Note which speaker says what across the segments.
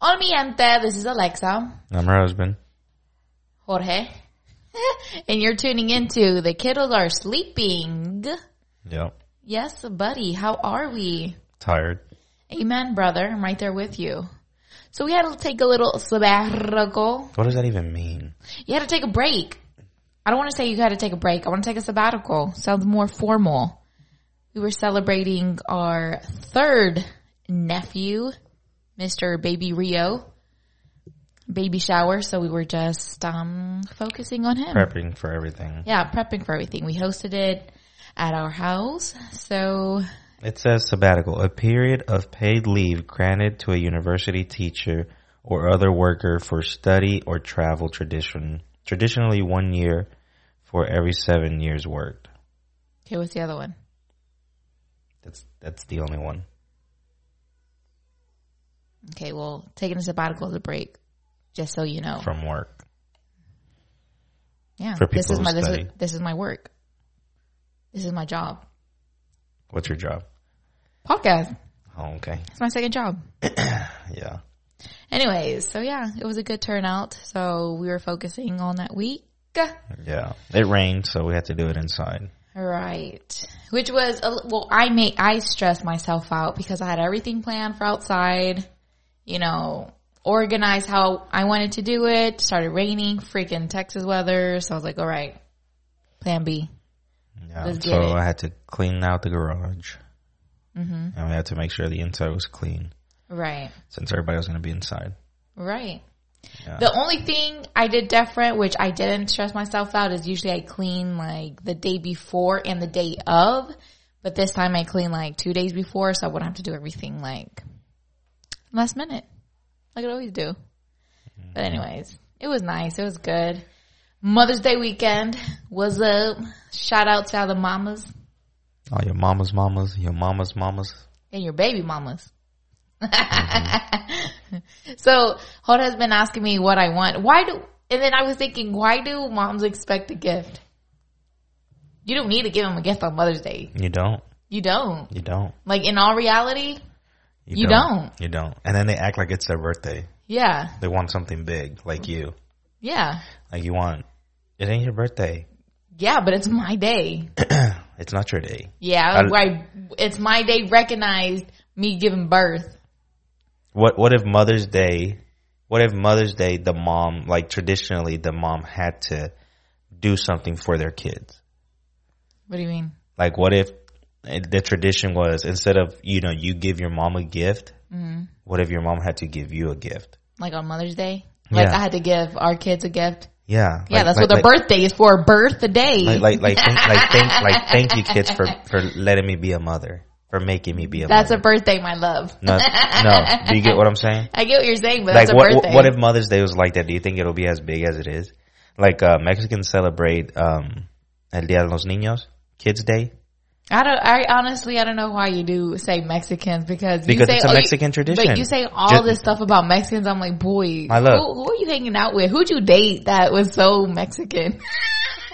Speaker 1: Hola, mi gente. This is Alexa,
Speaker 2: I'm her husband.
Speaker 1: Jorge, and you're tuning into The Kiddos Are Sleeping.
Speaker 2: Yep.
Speaker 1: Yes, buddy. How are we?
Speaker 2: Tired.
Speaker 1: Amen, brother. I'm right there with you. So we had to take a little sabbatical.
Speaker 2: What does that even mean?
Speaker 1: You had to take a break. I don't want to say you had to take a break. I want to take a sabbatical. Sounds more formal. We were celebrating our third nephew, Mr. Baby Rio. Baby shower, so we were just um focusing on him.
Speaker 2: Prepping for everything.
Speaker 1: Yeah, prepping for everything. We hosted it at our house. So
Speaker 2: It says sabbatical, a period of paid leave granted to a university teacher or other worker for study or travel tradition. Traditionally one year for every seven years worked.
Speaker 1: okay, what's the other one?
Speaker 2: That's that's the only one.
Speaker 1: Okay, well, taking a sabbatical is a break, just so you know.
Speaker 2: From work.
Speaker 1: yeah,
Speaker 2: for
Speaker 1: this
Speaker 2: people
Speaker 1: is
Speaker 2: who
Speaker 1: my this is,
Speaker 2: study.
Speaker 1: this is my work. This is my job.
Speaker 2: What's your job?
Speaker 1: Podcast.
Speaker 2: Oh, okay.
Speaker 1: It's my second job.
Speaker 2: Yeah.
Speaker 1: Anyways, so yeah, it was a good turnout. So we were focusing on that week.
Speaker 2: Yeah. It rained, so we had to do it inside.
Speaker 1: Right. Which was, a, l- well, I made, I stressed myself out because I had everything planned for outside, you know, organized how I wanted to do it. Started raining, freaking Texas weather. So I was like, all right, plan B.
Speaker 2: Yeah.
Speaker 1: Let's
Speaker 2: so
Speaker 1: get it.
Speaker 2: I had to clean out the garage. Mm-hmm. And we had to make sure the inside was clean
Speaker 1: Right.
Speaker 2: since everybody was going to be inside.
Speaker 1: Right.
Speaker 2: Yeah.
Speaker 1: The only thing I did different, which I didn't stress myself out, is usually I clean like the day before and the day of, but this time I clean like two days before, so I wouldn't have to do everything like last minute, like I always do. But anyways, it was nice. It was good. Mother's Day weekend was up. Shout out to all the mamas
Speaker 2: All your mama's mamas, your mama's mamas.
Speaker 1: and your baby mamas. so Hoda has been asking me what I want. Why do? And then I was thinking, why do moms expect a gift? You don't need to give them a gift on Mother's Day.
Speaker 2: You don't.
Speaker 1: You don't.
Speaker 2: You don't.
Speaker 1: Like in all reality, You don't.
Speaker 2: You don't. And then they act like it's their birthday.
Speaker 1: yeah,
Speaker 2: They want something big, like you.
Speaker 1: yeah,
Speaker 2: Like you want. It ain't your birthday.
Speaker 1: yeah. But it's my day.
Speaker 2: It's not your day.
Speaker 1: Yeah, right. It's my day. Recognized me giving birth.
Speaker 2: What What if Mother's Day? What if Mother's Day the mom like traditionally the mom had to do something for their kids?
Speaker 1: What do you mean?
Speaker 2: Like what if the tradition was instead of you know you give your mom a gift,
Speaker 1: Mm-hmm.
Speaker 2: what if your mom had to give you a gift?
Speaker 1: Like on Mother's Day? Like
Speaker 2: Yeah.
Speaker 1: I had to give our kids a gift.
Speaker 2: Yeah,
Speaker 1: Yeah,
Speaker 2: like-
Speaker 1: that's
Speaker 2: like-
Speaker 1: what
Speaker 2: like-
Speaker 1: their birthday is for. Birth day.
Speaker 2: like like like thank, like thank like thank you kids for for letting me be a mother for making me be a
Speaker 1: That's a
Speaker 2: mother.
Speaker 1: birthday, my love.
Speaker 2: no, no. Do you get what I'm saying?
Speaker 1: I get what you're saying, but that's
Speaker 2: Like
Speaker 1: a
Speaker 2: what
Speaker 1: birthday.
Speaker 2: what if Mother's Day was like that? Do you think it'll be as big as it is? Like uh, Mexicans celebrate um, El Dia de los Niños, Kids Day,
Speaker 1: I don't. I honestly, I don't know why you do say Mexicans because you
Speaker 2: because
Speaker 1: say,
Speaker 2: it's a
Speaker 1: oh, you-
Speaker 2: Mexican tradition.
Speaker 1: But you say all
Speaker 2: Just-
Speaker 1: this stuff about Mexicans. I'm like, boy,
Speaker 2: My love.
Speaker 1: who, who are you hanging out with? Who'd you date that was so Mexican?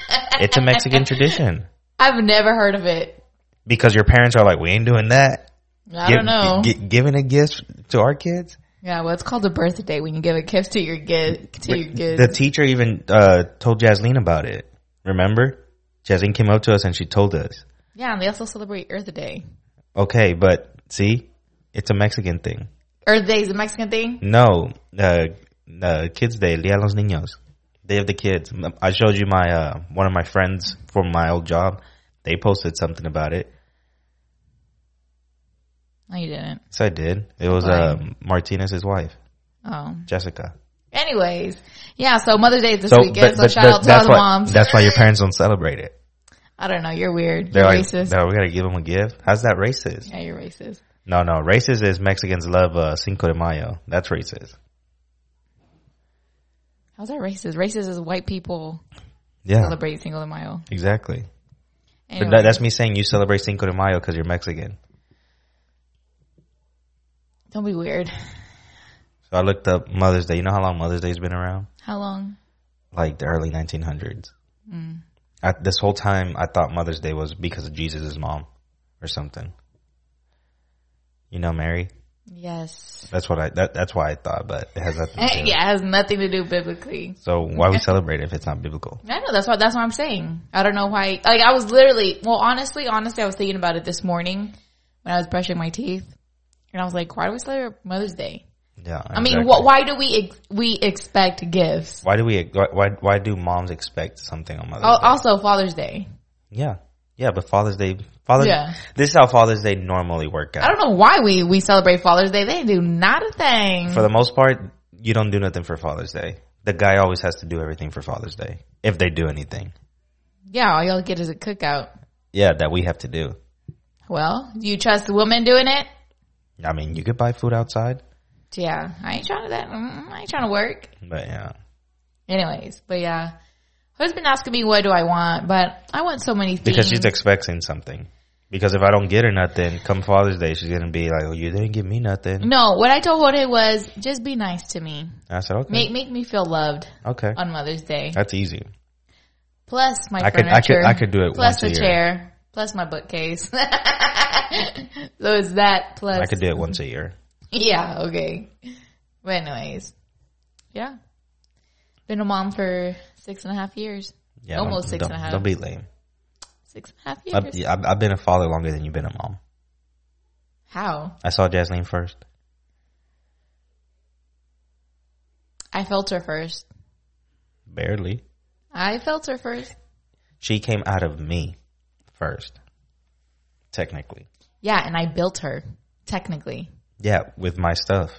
Speaker 2: It's a Mexican tradition
Speaker 1: I've never heard of it.
Speaker 2: because your parents are like, we ain't doing that.
Speaker 1: I don't know.
Speaker 2: giving a gift to our kids.
Speaker 1: yeah, well, it's called a birthday when you give a gift to your kid. To your kid.
Speaker 2: The teacher even uh, told Jasmine about it. Remember, Jasmine came up to us and she told us.
Speaker 1: yeah, and they also celebrate Earth Day.
Speaker 2: Okay, but see, it's a Mexican thing.
Speaker 1: Earth Day is a Mexican thing.
Speaker 2: No, uh, uh, Kids Day, El Día de los Niños, Day of the Kids. M- I showed you my uh, one of my friends from my old job. They posted something about it.
Speaker 1: No, you didn't.
Speaker 2: Yes, I did. It was uh, Martinez's wife,
Speaker 1: Oh.
Speaker 2: Jessica.
Speaker 1: Anyways, yeah. So Mother's Day is this weekend. so
Speaker 2: but-
Speaker 1: shout
Speaker 2: but
Speaker 1: out to all
Speaker 2: that's
Speaker 1: the
Speaker 2: why
Speaker 1: moms.
Speaker 2: that's why your parents don't celebrate it.
Speaker 1: I don't know. You're weird.
Speaker 2: They're
Speaker 1: You're
Speaker 2: like,
Speaker 1: racist.
Speaker 2: no, we gotta give them a gift. How's that racist?
Speaker 1: Yeah, you're racist.
Speaker 2: No, no, racist is Mexicans love uh, Cinco de Mayo. That's racist.
Speaker 1: How's that racist? Racist is white people
Speaker 2: Yeah,
Speaker 1: celebrate Cinco de Mayo.
Speaker 2: exactly. But
Speaker 1: Anyway,
Speaker 2: that, that's me saying you celebrate Cinco de Mayo because you're Mexican.
Speaker 1: don't be weird.
Speaker 2: So I looked up Mother's Day. You know how long Mother's Day's been around?
Speaker 1: How long?
Speaker 2: Like the early 1900s.
Speaker 1: Mm.
Speaker 2: I, this whole time, I thought Mother's Day was because of Jesus' mom or something. You know, Mary?
Speaker 1: Yes.
Speaker 2: That's what I. That, that's why I thought, but it has nothing. To do.
Speaker 1: Eh, yeah, it has nothing to do biblically.
Speaker 2: So why we celebrate if it's not biblical?
Speaker 1: I know that's what that's what I'm saying. I don't know why. Like I was literally, well, honestly, honestly, I was thinking about it this morning when I was brushing my teeth, and I was like, why do we celebrate Mother's Day?
Speaker 2: Yeah.
Speaker 1: I mean, wh- why do we ex- we expect gifts?
Speaker 2: Why do we? Why why do moms expect something on Mother's
Speaker 1: Al-
Speaker 2: Day?
Speaker 1: Also, Father's Day.
Speaker 2: Yeah. Yeah, but Father's Day. Father.
Speaker 1: oh. Yeah.
Speaker 2: This is how Father's Day normally work
Speaker 1: I
Speaker 2: out.
Speaker 1: don't know why we we celebrate Father's Day. They do not a thing.
Speaker 2: For the most part, you don't do nothing for Father's Day. The guy always has to do everything for Father's Day if they do anything.
Speaker 1: yeah, all y'all get is a cookout.
Speaker 2: Yeah, that we have to do.
Speaker 1: Well, you trust the woman doing it?
Speaker 2: I mean, you could buy food outside,
Speaker 1: Yeah, I ain't trying to that. mm, I ain't trying to work.
Speaker 2: but yeah.
Speaker 1: Anyways, but yeah, husband asking me what do I want, but I want so many things.
Speaker 2: Because she's expecting something. Because if I don't get her nothing, come Father's Day, she's gonna be like, "Oh, you didn't give me nothing."
Speaker 1: no, what I told Jorge was just be nice to me,
Speaker 2: I said, "Okay,
Speaker 1: make make me feel loved
Speaker 2: okay,
Speaker 1: on Mother's Day.
Speaker 2: that's easy."
Speaker 1: Plus my
Speaker 2: I could, I
Speaker 1: furniture,
Speaker 2: could, I could do it
Speaker 1: plus
Speaker 2: once
Speaker 1: the
Speaker 2: a year.
Speaker 1: chair, plus my bookcase. so it's that plus.
Speaker 2: I could do it once a year.
Speaker 1: Yeah, okay. But anyways, yeah, been a mom for six and a half years.
Speaker 2: Yeah,
Speaker 1: Almost
Speaker 2: don't,
Speaker 1: six and a half.
Speaker 2: Don't be lame.
Speaker 1: Six and a half years.
Speaker 2: I've, yeah, I've, I've been a father longer than you've been a mom.
Speaker 1: How?
Speaker 2: I saw Jasmine first.
Speaker 1: I felt her first.
Speaker 2: Barely.
Speaker 1: I felt her first.
Speaker 2: She came out of me first, technically.
Speaker 1: Yeah, and I built her technically.
Speaker 2: Yeah, with my stuff.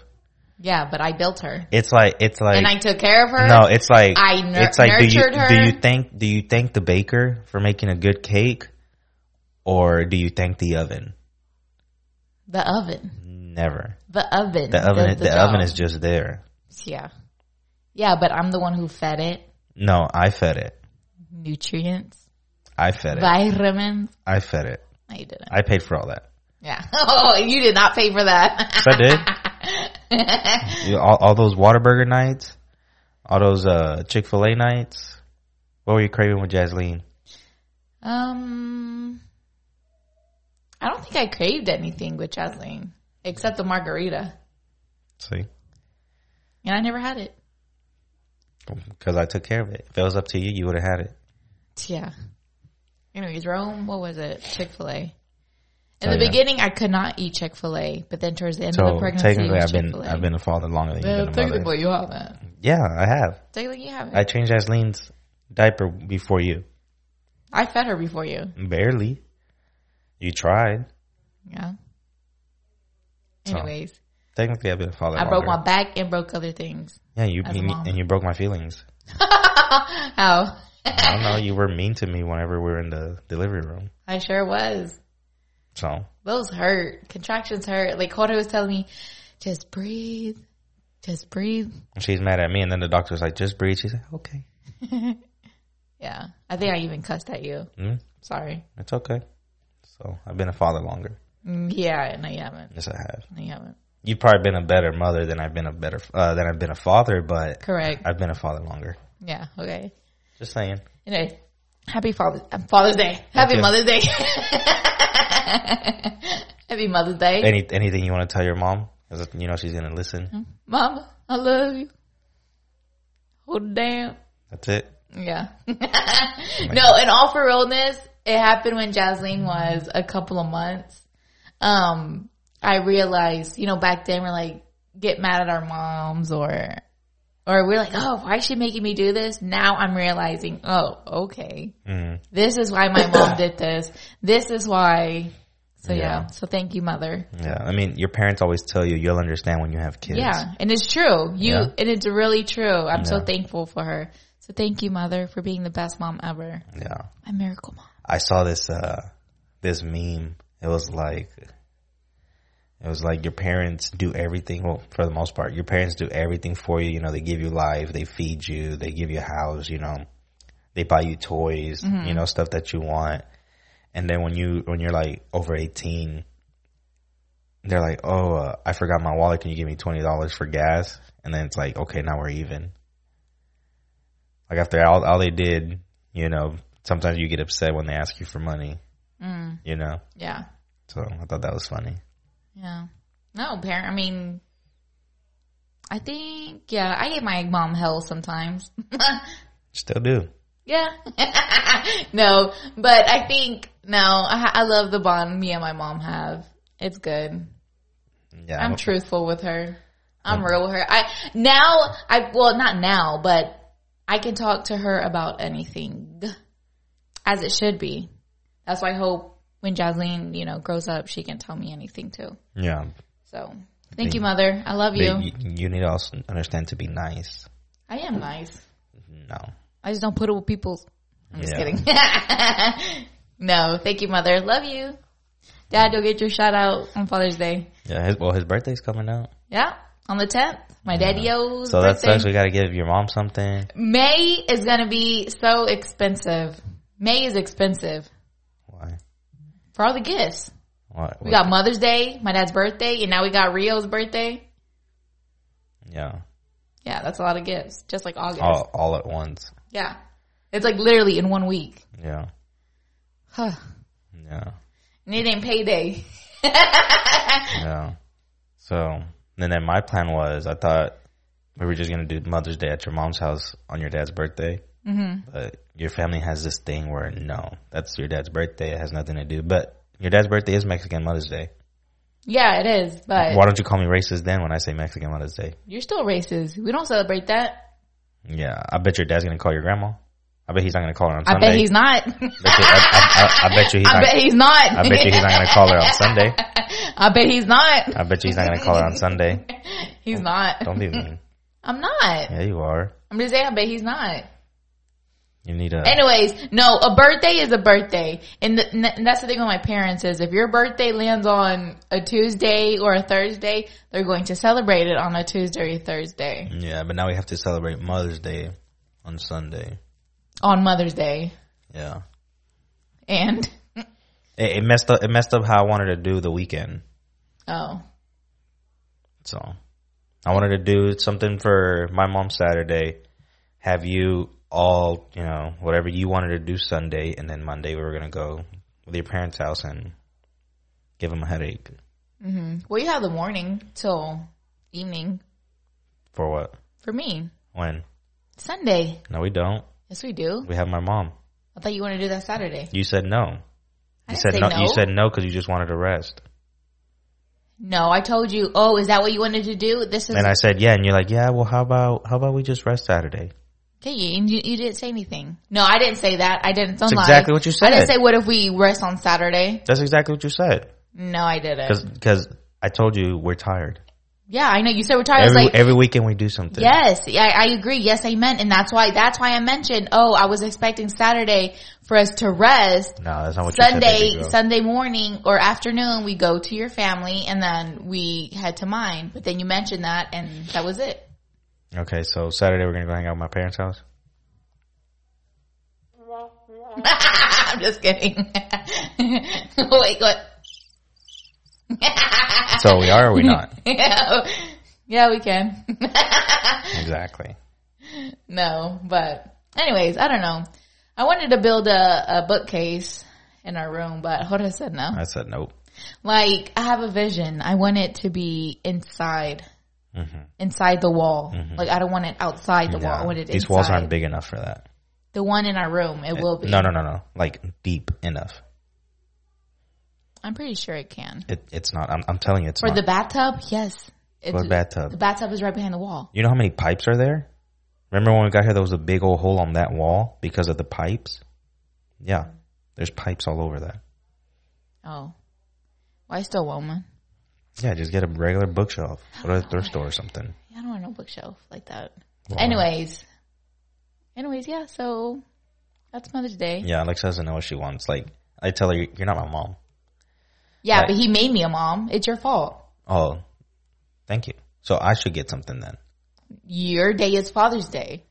Speaker 1: Yeah, but I built her
Speaker 2: It's like it's like
Speaker 1: and I took care of her.
Speaker 2: no, it's like
Speaker 1: I nur-
Speaker 2: it's like do you
Speaker 1: nurtured her.
Speaker 2: do you thank do you thank the baker for making a good cake, or do you thank the oven?
Speaker 1: the oven,
Speaker 2: Never.
Speaker 1: the oven,
Speaker 2: The oven
Speaker 1: does
Speaker 2: the, oven
Speaker 1: job.
Speaker 2: is just there.
Speaker 1: yeah, yeah. But I'm the one who fed it
Speaker 2: No, I fed it.
Speaker 1: nutrients,
Speaker 2: I fed it.
Speaker 1: vitamins.
Speaker 2: I fed it.
Speaker 1: No, you didn't.
Speaker 2: I paid for all that.
Speaker 1: Yeah. Oh, you did not pay for that.
Speaker 2: So I did. You- all, all those Whataburger nights, all those uh, Chick Fil A nights. What were you craving with Jasleen?
Speaker 1: um, I don't think I craved anything with Jasmine except the margarita,
Speaker 2: See,
Speaker 1: and I never had it.
Speaker 2: because I took care of it. If it was up to you, you would have had it.
Speaker 1: Yeah. Anyways, Rome, what was it? Chick fil A. In
Speaker 2: Oh,
Speaker 1: the
Speaker 2: yeah.
Speaker 1: beginning, I could not eat Chick fil A, but then towards the end of the
Speaker 2: So
Speaker 1: pregnancy,
Speaker 2: technically,
Speaker 1: it
Speaker 2: I've
Speaker 1: was
Speaker 2: been
Speaker 1: Chick-fil-A.
Speaker 2: I've been a father longer than
Speaker 1: Well,
Speaker 2: you've been a mother.
Speaker 1: technically, you haven't.
Speaker 2: Yeah, I have.
Speaker 1: Technically, you haven't.
Speaker 2: I
Speaker 1: I,
Speaker 2: changed Jasleen's diaper before you.
Speaker 1: fed her before you.
Speaker 2: Barely. You tried.
Speaker 1: Yeah.
Speaker 2: So,
Speaker 1: Anyways,
Speaker 2: Technically, I've been a father.
Speaker 1: I broke my
Speaker 2: longer.
Speaker 1: back and broke other things.
Speaker 2: Yeah, you
Speaker 1: as a
Speaker 2: and you-
Speaker 1: mom.
Speaker 2: and you broke my feelings.
Speaker 1: How?
Speaker 2: I don't know. You were mean to me whenever we were in the delivery room.
Speaker 1: I sure was.
Speaker 2: So
Speaker 1: Those hurt. Contractions hurt. Like Jorge was telling me, just breathe. Just breathe.
Speaker 2: she's mad at me, and then the doctor's like, "Just breathe." She's like, "Okay,
Speaker 1: Yeah. I think I even cussed at you.
Speaker 2: mm,
Speaker 1: Sorry.
Speaker 2: it's okay." So I've been a father longer.
Speaker 1: Mm, Yeah, no, you haven't.
Speaker 2: Yes, I have.
Speaker 1: No, you haven't.
Speaker 2: You've probably been a better mother than I've been a better uh, than I've been a father, but
Speaker 1: Correct.
Speaker 2: I've been a father longer.
Speaker 1: Yeah. Okay.
Speaker 2: Just saying.
Speaker 1: Anyway, happy Father uh, Father's Day. Happy
Speaker 2: you.
Speaker 1: Mother's Day. happy Mother's Day,
Speaker 2: Any anything you want to tell your mom? 'Cause you know she's gonna listen.
Speaker 1: Mama. I love you. Hold it down.
Speaker 2: That's it.
Speaker 1: Yeah. no, in all for realness, it happened when Jasmine was a couple of months. Um, I realized, you know, back then we're like, get mad at our moms or, or we're like, oh, why is she making me do this? Now I'm realizing, oh, okay.
Speaker 2: Mm.
Speaker 1: This is why my mom did this. This is why. So yeah.
Speaker 2: Yeah.
Speaker 1: So thank you, mother.
Speaker 2: Yeah, I mean, your parents always tell you you'll understand when you have kids.
Speaker 1: Yeah. And it's true. You,
Speaker 2: Yeah.
Speaker 1: and it's really true. I'm so
Speaker 2: Yeah.
Speaker 1: thankful for her. So thank you, mother, for being the best mom ever.
Speaker 2: yeah.
Speaker 1: My miracle mom.
Speaker 2: I saw this uh this meme. It was like it was like your parents do everything. Well, for the most part, your parents do everything for you. You know, they give you life, they feed you, they give you a house. You know, they buy you toys. You know, stuff that you want. And then when you when you're like over eighteen, they're like, "Oh, uh, I forgot my wallet. Can you give me twenty dollars for gas?" And then it's like, "Okay, now we're even." Like after all, all they did, you know, sometimes you get upset when they ask you for money,
Speaker 1: Mm.
Speaker 2: you know.
Speaker 1: Yeah.
Speaker 2: So I thought that was funny.
Speaker 1: Yeah. No, parent. I mean, I think yeah. I get my mom hell sometimes.
Speaker 2: Still do.
Speaker 1: yeah. no, but I think no. I, I love the bond me and my mom have. It's good.
Speaker 2: Yeah.
Speaker 1: I'm truthful with her. I'm real with her. I now I well not now, but I can talk to her about anything as it should be. That's why I hope when Jasmine, you know, grows up, she can tell me anything too.
Speaker 2: Yeah.
Speaker 1: So, thank you mother. I love you.
Speaker 2: But you, you need to also understand to be nice.
Speaker 1: I am nice.
Speaker 2: No.
Speaker 1: I just don't put it with people's I'm just
Speaker 2: Yeah.
Speaker 1: kidding. no, thank you mother. Love you. Dad, you'll get your shout out on Father's Day.
Speaker 2: Yeah. His, well, his birthday's coming out,
Speaker 1: Yeah, on the 10th. My daddy-o's
Speaker 2: so that
Speaker 1: birthday.
Speaker 2: sucks. We got to give your mom something.
Speaker 1: May is gonna be so expensive. May is expensive
Speaker 2: Why?
Speaker 1: for all the gifts.
Speaker 2: Why?
Speaker 1: We got Mother's Day, my dad's birthday, and now we got Rio's birthday.
Speaker 2: yeah.
Speaker 1: Yeah, that's a lot of gifts. Just like August.
Speaker 2: All, all at once.
Speaker 1: Yeah. It's like literally in one week.
Speaker 2: Yeah.
Speaker 1: Huh.
Speaker 2: Yeah.
Speaker 1: And it ain't payday.
Speaker 2: Yeah. So, and then my plan was I thought we were just going to do Mother's Day at your mom's house on your dad's birthday. Mm-hmm. But your family has this thing where no, that's your dad's birthday. It has nothing to do. But your dad's birthday is Mexican Mother's Day.
Speaker 1: Yeah, it is, but
Speaker 2: Why don't you call me racist then when I say Mexican Mother's Day?
Speaker 1: you're still racist. We don't celebrate that.
Speaker 2: Yeah. I bet your dad's going to call your grandma. I bet he's not going to call her on
Speaker 1: I
Speaker 2: Sunday.
Speaker 1: bet he's not.
Speaker 2: Bet you- I, I- I- I bet you he's
Speaker 1: I
Speaker 2: not.
Speaker 1: bet he's not.
Speaker 2: I bet you he's not going to call her on Sunday.
Speaker 1: I bet he's not.
Speaker 2: I bet you he's not going to call her on Sunday.
Speaker 1: He's not.
Speaker 2: Don't be mean.
Speaker 1: I'm not.
Speaker 2: Yeah, you are.
Speaker 1: I'm just saying I bet he's not.
Speaker 2: You need a.
Speaker 1: Anyways, no, a birthday is a birthday. And, the, and that's the thing with my parents is if your birthday lands on a Tuesday or a Thursday, they're going to celebrate it on a Tuesday or Thursday.
Speaker 2: Yeah, but now we have to celebrate Mother's Day on Sunday.
Speaker 1: On Mother's Day.
Speaker 2: Yeah.
Speaker 1: And,
Speaker 2: It, it messed up. It messed up how I wanted to do the weekend.
Speaker 1: oh,
Speaker 2: So I wanted to do something for my mom Saturday. Have you all, you know, whatever you wanted to do Sunday, and then Monday we were gonna go with your parents' house and give them a headache
Speaker 1: well, you have the morning till evening
Speaker 2: for what?
Speaker 1: for me.
Speaker 2: When?
Speaker 1: Sunday.
Speaker 2: No, we don't.
Speaker 1: Yes, we do.
Speaker 2: We have my mom.
Speaker 1: I thought you wanted to do that Saturday.
Speaker 2: You said no.
Speaker 1: I
Speaker 2: You
Speaker 1: didn't
Speaker 2: said
Speaker 1: say
Speaker 2: no.
Speaker 1: no.
Speaker 2: You said no because you just wanted to rest.
Speaker 1: no, I told you, oh, is that what you wanted to do? This is,
Speaker 2: And I said yeah, and you're like yeah. Well, how about how about we just rest Saturday?
Speaker 1: okay, you, you, you didn't say anything. No, I didn't say that. I didn't,
Speaker 2: That's
Speaker 1: don't lie.
Speaker 2: exactly what you
Speaker 1: I didn't
Speaker 2: said.
Speaker 1: say what if we rest on Saturday.
Speaker 2: That's exactly what you said.
Speaker 1: No, I didn't.
Speaker 2: Because I told you we're tired.
Speaker 1: Yeah, I know. You said we're tired. I was
Speaker 2: Every,
Speaker 1: like,
Speaker 2: every weekend we do something.
Speaker 1: yes, yeah, I, I agree. Yes, I meant, and that's why that's why I mentioned. Oh, I was expecting Saturday for us to rest.
Speaker 2: No, that's not what you
Speaker 1: Sunday,
Speaker 2: said.
Speaker 1: Sunday morning or afternoon, we go to your family, and then we head to mine. But then you mentioned that, and that was it.
Speaker 2: Sunday. Okay, so Saturday we're gonna go hang out at my parents' house.
Speaker 1: I'm just kidding. Wait, what?
Speaker 2: So we are or we not?
Speaker 1: Yeah, yeah, we can.
Speaker 2: exactly.
Speaker 1: No, but anyways, I don't know. I wanted to build a, a bookcase in our room, but Jorge said no.
Speaker 2: I said nope.
Speaker 1: Like, I have a vision. I want it to be inside,
Speaker 2: Mhm.
Speaker 1: inside the wall. Like, I don't want it outside the wall. I
Speaker 2: No.
Speaker 1: want it
Speaker 2: Mm-hmm. These
Speaker 1: inside.
Speaker 2: walls aren't big enough for that.
Speaker 1: The one in our room, it will be.
Speaker 2: No, no, no, no. Like deep enough.
Speaker 1: I'm pretty sure it can.
Speaker 2: It, it's not. I'm, I'm telling you, it's
Speaker 1: For
Speaker 2: not.
Speaker 1: the bathtub, yes. It's,
Speaker 2: What bathtub?
Speaker 1: The bathtub is right behind the wall.
Speaker 2: you know how many pipes are there? Remember when we got here? There was a big old hole on that wall because of the pipes. Yeah, there's pipes all over that.
Speaker 1: Oh. Why still Woman?
Speaker 2: Yeah, just get a regular bookshelf or a thrift store or something.
Speaker 1: Yeah, I don't want no bookshelf like that.
Speaker 2: Well,
Speaker 1: Anyways. Anyways, yeah, so that's Mother's Day.
Speaker 2: Yeah, Alex doesn't know what she wants. Like, I tell her, you're not my mom.
Speaker 1: Yeah,
Speaker 2: Right.
Speaker 1: but he made me a mom. It's your fault.
Speaker 2: Oh, thank you. So I should get something then.
Speaker 1: Your day is Father's Day.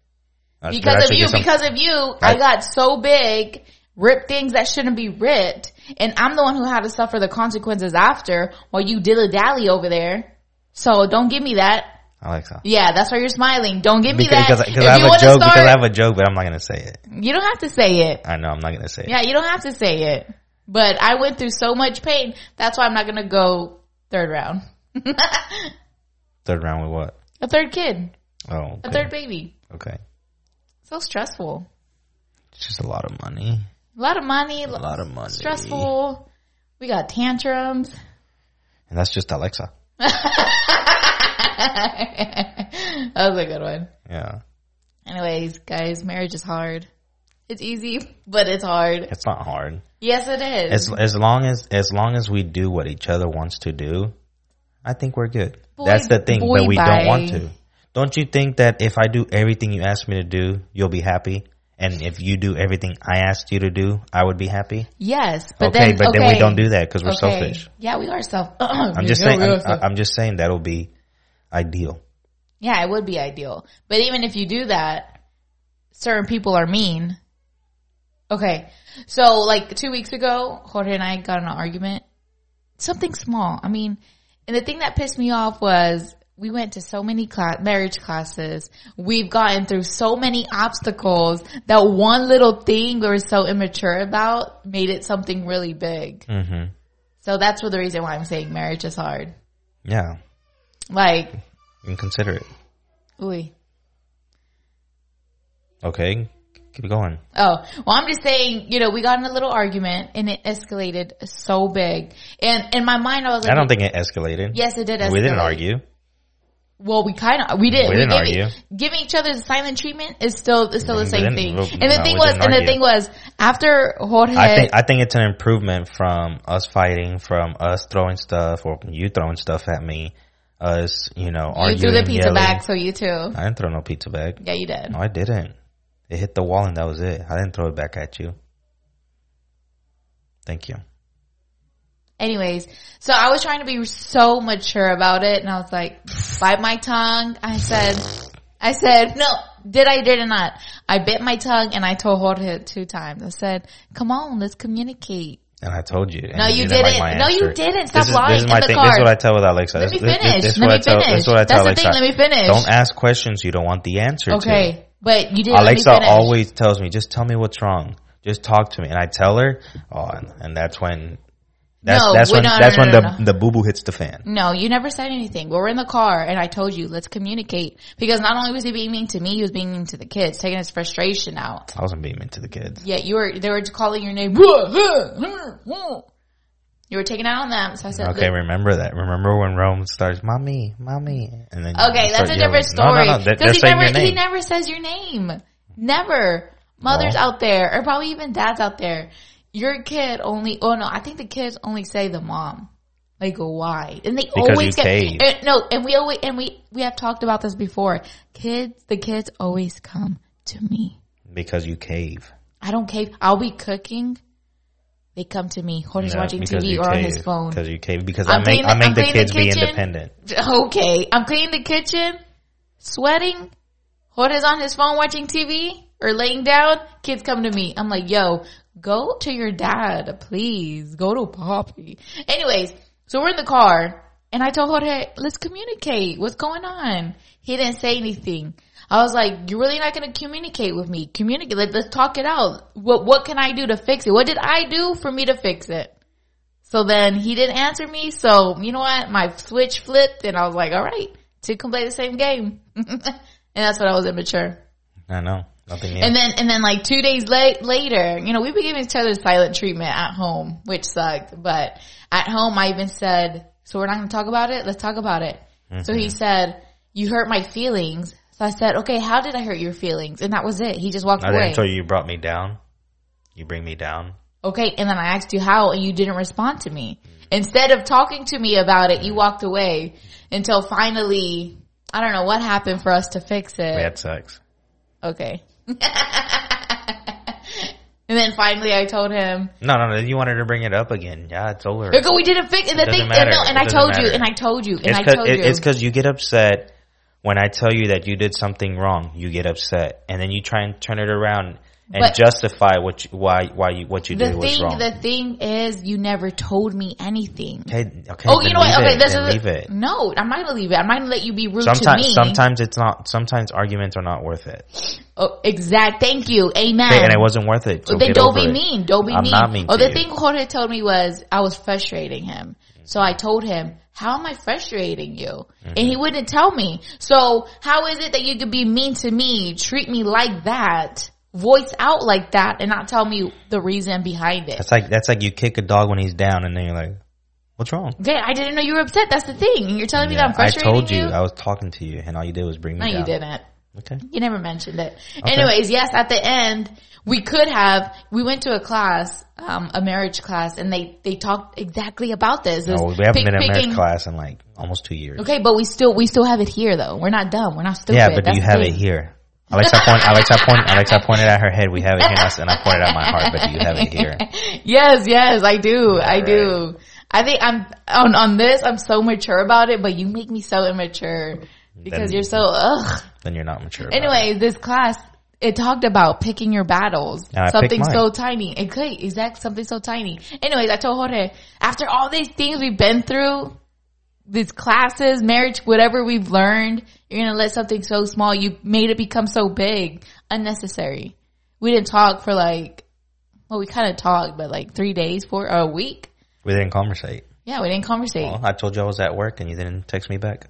Speaker 2: I should- I
Speaker 1: Because of
Speaker 2: should
Speaker 1: you,
Speaker 2: get some-
Speaker 1: because of you, I, got so big, ripped things that shouldn't be ripped, and I'm the one who had to suffer the consequences after while you dilly dally over there. So don't give me that.
Speaker 2: Alexa.
Speaker 1: Yeah, that's why you're smiling. Don't give me
Speaker 2: Because,
Speaker 1: that.
Speaker 2: because,
Speaker 1: If
Speaker 2: because
Speaker 1: you
Speaker 2: I have a
Speaker 1: wanna
Speaker 2: joke,
Speaker 1: start-
Speaker 2: because I have a joke, but I'm not going to say it.
Speaker 1: you don't have to say it.
Speaker 2: I know, I'm not going to say it.
Speaker 1: Yeah, you don't have to say it. But I went through so much pain. That's why I'm not gonna go third round.
Speaker 2: Third round with what?
Speaker 1: A third kid,
Speaker 2: Oh,
Speaker 1: a
Speaker 2: okay.
Speaker 1: third baby.
Speaker 2: okay.
Speaker 1: So stressful.
Speaker 2: It's just a lot of money.
Speaker 1: A lot of money,
Speaker 2: A lot of money.
Speaker 1: stressful. We got tantrums.
Speaker 2: And that's just Alexa.
Speaker 1: that was a good one.
Speaker 2: Yeah.
Speaker 1: Anyways, guys, marriage is hard. It's easy, but it's hard.
Speaker 2: It's not hard.
Speaker 1: Yes, it is.
Speaker 2: As as long as as long as we do what each other wants to do, I think we're good.
Speaker 1: Boy-
Speaker 2: That's the thing,
Speaker 1: boy
Speaker 2: but we don't want
Speaker 1: bye.
Speaker 2: to. Don't you think that if I do everything you ask me to do, you'll be happy? And if you do everything I asked you to do, I would be happy.
Speaker 1: yes, but
Speaker 2: okay,
Speaker 1: then
Speaker 2: but then we
Speaker 1: okay,
Speaker 2: don't do that because we're
Speaker 1: okay.
Speaker 2: selfish.
Speaker 1: Yeah, we are self.
Speaker 2: I'm just saying. I'm, I'm just saying that'll be ideal.
Speaker 1: yeah, it would be ideal. But even if you do that, certain people are mean. Okay, so like two weeks ago, Jorge and I got in an argument. Something small. I mean, and the thing that pissed me off was we went to so many class, marriage classes. We've gotten through so many obstacles that one little thing we were so immature about made it something really big.
Speaker 2: hmm
Speaker 1: So that's for the reason why I'm saying marriage is hard.
Speaker 2: Yeah,
Speaker 1: Like,
Speaker 2: you can consider it.
Speaker 1: ooh.
Speaker 2: Okay, keep going.
Speaker 1: Oh, well, I'm just saying, you know, we got in a little argument and it escalated so big. And in my mind, I was like,
Speaker 2: I don't think it escalated.
Speaker 1: yes, it did escalate.
Speaker 2: we didn't argue.
Speaker 1: Well, we kind of, we did.
Speaker 2: We didn't
Speaker 1: gave-
Speaker 2: argue.
Speaker 1: Giving each other the silent treatment is still, is still the
Speaker 2: We
Speaker 1: same
Speaker 2: didn't-
Speaker 1: thing.
Speaker 2: well,
Speaker 1: And the
Speaker 2: no,
Speaker 1: thing
Speaker 2: we
Speaker 1: was,
Speaker 2: didn't
Speaker 1: and the
Speaker 2: argue.
Speaker 1: thing was, after Jorge,
Speaker 2: I think I think it's an improvement from us fighting, from us throwing stuff, or you throwing stuff at me, us you know
Speaker 1: you
Speaker 2: arguing.
Speaker 1: threw the pizza
Speaker 2: yelling.
Speaker 1: back, so you too.
Speaker 2: I didn't throw no pizza back.
Speaker 1: Yeah, you did.
Speaker 2: No, I didn't. It hit the wall and that was it. I didn't throw it back at you. Thank you.
Speaker 1: Anyways, so I was trying to be so mature about it and I was like, bite my tongue. I said, I said, no, did I, did I not? I bit my tongue and I told Jorge two times. I said, come on, let's communicate.
Speaker 2: And I told you. and
Speaker 1: No, you
Speaker 2: like
Speaker 1: didn't.
Speaker 2: my
Speaker 1: No, you
Speaker 2: answer.
Speaker 1: didn't. Stop
Speaker 2: this is,
Speaker 1: lying
Speaker 2: This is
Speaker 1: in
Speaker 2: my
Speaker 1: the
Speaker 2: thing.
Speaker 1: car.
Speaker 2: This is what I tell with Alexa.
Speaker 1: Let
Speaker 2: this,
Speaker 1: me
Speaker 2: this-
Speaker 1: finish.
Speaker 2: this is
Speaker 1: Let
Speaker 2: what
Speaker 1: me
Speaker 2: I tell,
Speaker 1: finish.
Speaker 2: This is what I
Speaker 1: That's
Speaker 2: tell
Speaker 1: the
Speaker 2: Alexa.
Speaker 1: thing. Let me finish.
Speaker 2: Don't ask questions you don't want the answer to.
Speaker 1: Okay. But you didn't
Speaker 2: Alexa
Speaker 1: let me finish.
Speaker 2: always tells me, just tell me what's wrong. Just talk to me. And I tell her, oh, and, and that's when, that's,
Speaker 1: No,
Speaker 2: that's
Speaker 1: we-
Speaker 2: when,
Speaker 1: no, no,
Speaker 2: that's
Speaker 1: no,
Speaker 2: when
Speaker 1: no,
Speaker 2: the, the boo boo hits the fan.
Speaker 1: No, you never said anything. We were in the car and I told you, let's communicate. Because not only was he being mean to me, he was being mean to the kids, taking his frustration out.
Speaker 2: I wasn't being mean to the kids.
Speaker 1: Yeah, you were. They were calling your name. You were taking out on them. So I said,
Speaker 2: Okay, remember that. Remember when Rome starts, mommy, mommy. And then you
Speaker 1: okay,
Speaker 2: start
Speaker 1: that's a
Speaker 2: yelling.
Speaker 1: different story.
Speaker 2: No, no, no. They're, they're
Speaker 1: Because
Speaker 2: saying
Speaker 1: he
Speaker 2: your
Speaker 1: never he
Speaker 2: name.
Speaker 1: never says your name. Never. Mothers
Speaker 2: No.
Speaker 1: out there, or probably even dads out there, your kid only. Oh no, I think the kids only say the mom. Like why? And they
Speaker 2: Because
Speaker 1: always get
Speaker 2: you cave.
Speaker 1: and- no. And we always and we we have talked about this before. Kids, the kids always come to me.
Speaker 2: because you cave.
Speaker 1: I don't cave. I'll be cooking. They come to me. Jorge's
Speaker 2: No,
Speaker 1: watching
Speaker 2: because
Speaker 1: TV
Speaker 2: you
Speaker 1: or on
Speaker 2: cave.
Speaker 1: his phone.
Speaker 2: Because you cave. Because
Speaker 1: I'm
Speaker 2: I make,
Speaker 1: cleaning-
Speaker 2: I make
Speaker 1: I'm
Speaker 2: the
Speaker 1: cleaning
Speaker 2: kids be
Speaker 1: kitchen.
Speaker 2: independent.
Speaker 1: Okay, I'm cleaning the kitchen, sweating. Jorge's on his phone watching TV or laying down. Kids come to me. I'm like, yo, go to your dad, please. Go to Poppy. Anyways, so we're in the car and I told Jorge, let's communicate. What's going on? He didn't say anything. I was like, you're really not going to communicate with me. Communicate. Let, let's talk it out. What, what can I do to fix it? What did I do for me to fix it? So then he didn't answer me. So you know what? My switch flipped and I was like, all right, two can play the same game. and that's what I was immature.
Speaker 2: I know. Nothing new.
Speaker 1: And then, and then like two days late, later, you know, we were giving each other silent treatment at home, which sucked. But at home, I even said, so we're not going to talk about it. Let's talk about it. So
Speaker 2: Mm-hmm.
Speaker 1: he said, you hurt my feelings. So I said, okay, how did I hurt your feelings? And that was it. He just walked
Speaker 2: I
Speaker 1: away.
Speaker 2: didn't tell you you brought me down. You bring me down.
Speaker 1: Okay, and then I asked you how and you didn't respond to me. Instead of talking to me about it, you walked away until finally, I don't know what happened for us to fix it.
Speaker 2: We had sex.
Speaker 1: Okay. and then finally I told him,
Speaker 2: No, no, no. You wanted to bring it up again. Yeah, it's over.
Speaker 1: "Look, we didn't fix and the
Speaker 2: It doesn't
Speaker 1: thing, and, no,
Speaker 2: matter.
Speaker 1: and
Speaker 2: It
Speaker 1: I
Speaker 2: doesn't
Speaker 1: told you,
Speaker 2: matter.
Speaker 1: and I told you, and
Speaker 2: It's
Speaker 1: I
Speaker 2: because
Speaker 1: told you.
Speaker 2: it's because you get upset when I tell you that you did something wrong. You get upset, and then you try and turn it around and
Speaker 1: But-
Speaker 2: justify what you, why why you what you
Speaker 1: the
Speaker 2: did was
Speaker 1: thing,
Speaker 2: wrong.
Speaker 1: the thing is, you never told me anything.
Speaker 2: okay, okay.
Speaker 1: Oh,
Speaker 2: then
Speaker 1: you know what?
Speaker 2: leave
Speaker 1: Okay,
Speaker 2: it,
Speaker 1: this
Speaker 2: then
Speaker 1: is
Speaker 2: leave it.
Speaker 1: no. I'm not gonna leave it. I'm not gonna let you be rude to
Speaker 2: Sometimes
Speaker 1: me.
Speaker 2: sometimes it's not. Sometimes arguments are not worth it.
Speaker 1: oh, exact. Thank you. Amen.
Speaker 2: Okay, and it wasn't worth it. So
Speaker 1: then
Speaker 2: get
Speaker 1: don't
Speaker 2: over
Speaker 1: be
Speaker 2: it.
Speaker 1: mean. Don't be
Speaker 2: I'm
Speaker 1: mean.
Speaker 2: not mean
Speaker 1: oh,
Speaker 2: to
Speaker 1: the
Speaker 2: you.
Speaker 1: thing Jorge told me was I was frustrating him. So I told him, how am I frustrating you? And
Speaker 2: Mm-hmm.
Speaker 1: he wouldn't tell me. So how is it that you could be mean to me, treat me like that, voice out like that, and not tell me the reason behind it?
Speaker 2: That's like that's like you kick a dog when he's down, and then you're like, "What's wrong?"
Speaker 1: Okay, I didn't know you were upset. That's the thing. And you're telling me
Speaker 2: Yeah,
Speaker 1: that I'm
Speaker 2: I
Speaker 1: frustrating
Speaker 2: told you,
Speaker 1: you.
Speaker 2: I was talking to you, and all you did was bring me
Speaker 1: no,
Speaker 2: down.
Speaker 1: you didn't.
Speaker 2: Okay.
Speaker 1: You never mentioned it. Anyways, yes, at the end, we could have, we went to a class, um, a marriage class, and they, they talked exactly about this. It
Speaker 2: No,
Speaker 1: was
Speaker 2: we haven't
Speaker 1: pick-
Speaker 2: been in a
Speaker 1: picking-
Speaker 2: marriage class in like almost two years.
Speaker 1: Okay, but we still, we still have it here though. We're not dumb. We're not stupid.
Speaker 2: Yeah, but do
Speaker 1: That's
Speaker 2: you
Speaker 1: the
Speaker 2: have
Speaker 1: thing.
Speaker 2: it here? Alexa point. Alexa point. Alexa pointed at her head. We have it here, and I pointed at my heart. But do you have it here?
Speaker 1: Yes, yes, I do. I do. I think I'm on on this. I'm so mature about it, but you make me so immature because
Speaker 2: Then-
Speaker 1: you're so ugh.
Speaker 2: Then you're not mature. about it.
Speaker 1: Anyway, this class it talked about picking your battles.
Speaker 2: And I picked
Speaker 1: something
Speaker 2: mine.
Speaker 1: so tiny. Okay, exact something so tiny. Anyways, I told Jorge after all these things we've been through, these classes, marriage, whatever we've learned, you're gonna let something so small you made it become so big, unnecessary. We didn't talk for like, well, we kind of talked, but like three days, four or a week.
Speaker 2: we didn't conversate.
Speaker 1: Yeah, we didn't conversate.
Speaker 2: Well, I told you I was at work, and you didn't text me back.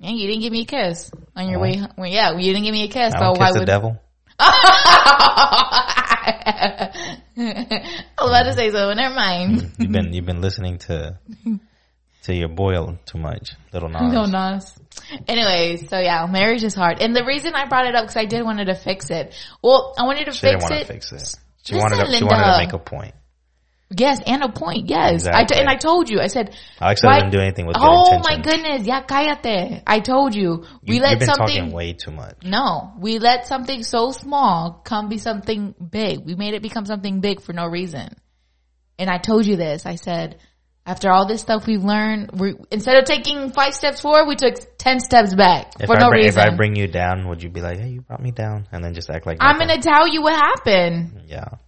Speaker 1: And you didn't give me a kiss on your way. Well, yeah, you didn't give me a kiss. So
Speaker 2: I don't
Speaker 1: why
Speaker 2: kiss the
Speaker 1: would
Speaker 2: devil.
Speaker 1: I was about to say so, but never mind.
Speaker 2: You've been you've been listening to to your boy too much, little Nas.
Speaker 1: No Nas. Anyways, so yeah, marriage is hard. And the reason I brought it up because I did wanted to fix it. Well, I wanted to
Speaker 2: she didn't
Speaker 1: fix
Speaker 2: want to
Speaker 1: it.
Speaker 2: fix it. She
Speaker 1: Listen,
Speaker 2: wanted to, she wanted to
Speaker 1: Linda.
Speaker 2: make a point.
Speaker 1: Yes, and a point. Yes, I t-
Speaker 2: Exactly.
Speaker 1: and I told you. I said,
Speaker 2: Alexa
Speaker 1: why-
Speaker 2: didn't do anything with good
Speaker 1: Oh
Speaker 2: intentions.
Speaker 1: my goodness! Yeah, cállate. I told you.
Speaker 2: You,
Speaker 1: We let
Speaker 2: have been
Speaker 1: something.
Speaker 2: talking way too much.
Speaker 1: No, we let something so small come be something big. We made it become something big for no reason. And I told you this. I said, after all this stuff we've learned, we instead of taking five steps forward, we took ten steps back
Speaker 2: If
Speaker 1: for
Speaker 2: I
Speaker 1: no
Speaker 2: bring,
Speaker 1: reason.
Speaker 2: If I bring you down, would you be like, "Hey, you brought me down," and then just act like
Speaker 1: I'm
Speaker 2: nothing?
Speaker 1: gonna tell you what happened.
Speaker 2: yeah,